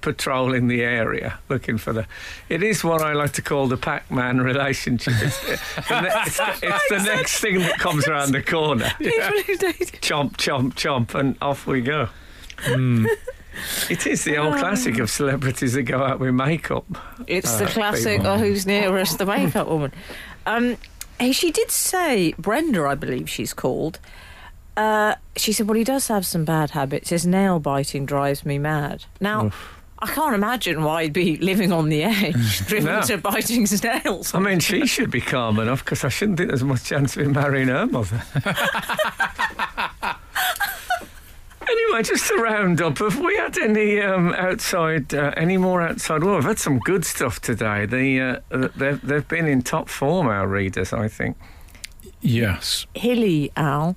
Speaker 3: patrolling the area looking for the. It is what I like to call the Pac-Man relationship. It's the,
Speaker 4: <laughs>
Speaker 3: it's the- it's the next thing that comes around the corner.
Speaker 5: <laughs> People who dated-
Speaker 3: chomp, chomp, chomp, and off we go.
Speaker 4: Hmm.
Speaker 3: It is the
Speaker 4: Um.
Speaker 3: old classic of celebrities that go out with makeup.
Speaker 5: It's
Speaker 3: Uh,
Speaker 5: the classic,
Speaker 3: people.
Speaker 5: or who's nearest the
Speaker 3: <laughs>
Speaker 5: makeup woman. Um, hey, she did say, Brenda, I believe she's called. Uh, she said, well, he does have some bad habits. His nail biting drives me mad. Now, I can't imagine why he'd be living on
Speaker 3: <laughs>
Speaker 5: the edge, driven
Speaker 3: No.
Speaker 5: to biting his nails.
Speaker 3: I mean, she should be calm enough because I shouldn't think there's much chance of him marrying her mother. <laughs> anyway, just a round up. Have we had any um, outside, uh, any more outside? Well, we've had some good stuff today. The, uh, th- they've, they've been in top form, our readers, I think.
Speaker 4: yes.
Speaker 5: Hilly Al,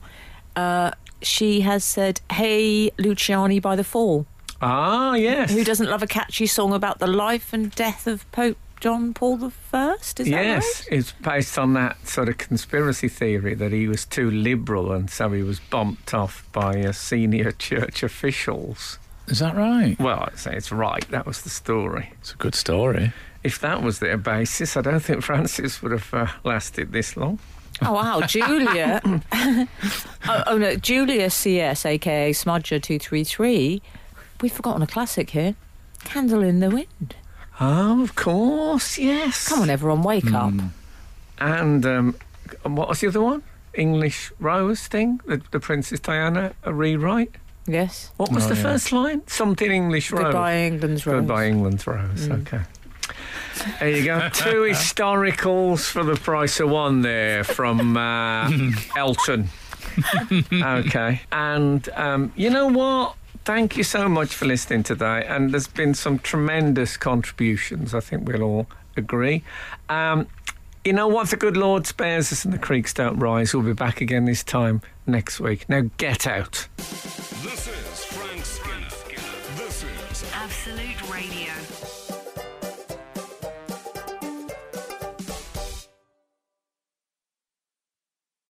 Speaker 5: uh, she has said, Hey, Luciani by the Fall.
Speaker 3: Ah, yes.
Speaker 5: Who doesn't love a catchy song about the life and death of Pope John Paul I? Is that
Speaker 3: yes, it's based on that sort of conspiracy theory that he was too liberal and so he was bumped off by uh, senior church officials.
Speaker 4: Is that right?
Speaker 3: Well, I'd say it's right. That was the story.
Speaker 4: It's a good story.
Speaker 3: If that was their basis, I don't think <laughs> Francis would have uh, lasted this long.
Speaker 5: right? <laughs> Oh, wow, Julia. oh, oh, no, Julia CS, aka Smudger233. We've forgotten a classic here Candle in the Wind.
Speaker 3: Oh, of course, yes.
Speaker 5: Come on, everyone, wake
Speaker 3: Hmm.
Speaker 5: up.
Speaker 3: And um, what was the other one? English Rose thing, the, the Princess Diana a rewrite.
Speaker 5: Yes.
Speaker 3: What was
Speaker 4: Oh,
Speaker 3: the
Speaker 4: yeah.
Speaker 3: first line? Something English Rose.
Speaker 5: Goodbye, England's Rose.
Speaker 3: Goodbye, England throws. Okay. There you go. Two historicals for the price of one there from uh, Elton. okay. And um, you know what? Thank you so much for listening today. And there's been some tremendous contributions. I think we'll all agree. Um, you know what? The good Lord spares us and the creeks don't rise. We'll be back again this time next week. Now get out.
Speaker 1: This is Frank Skinner. This is
Speaker 2: Absolute Radio.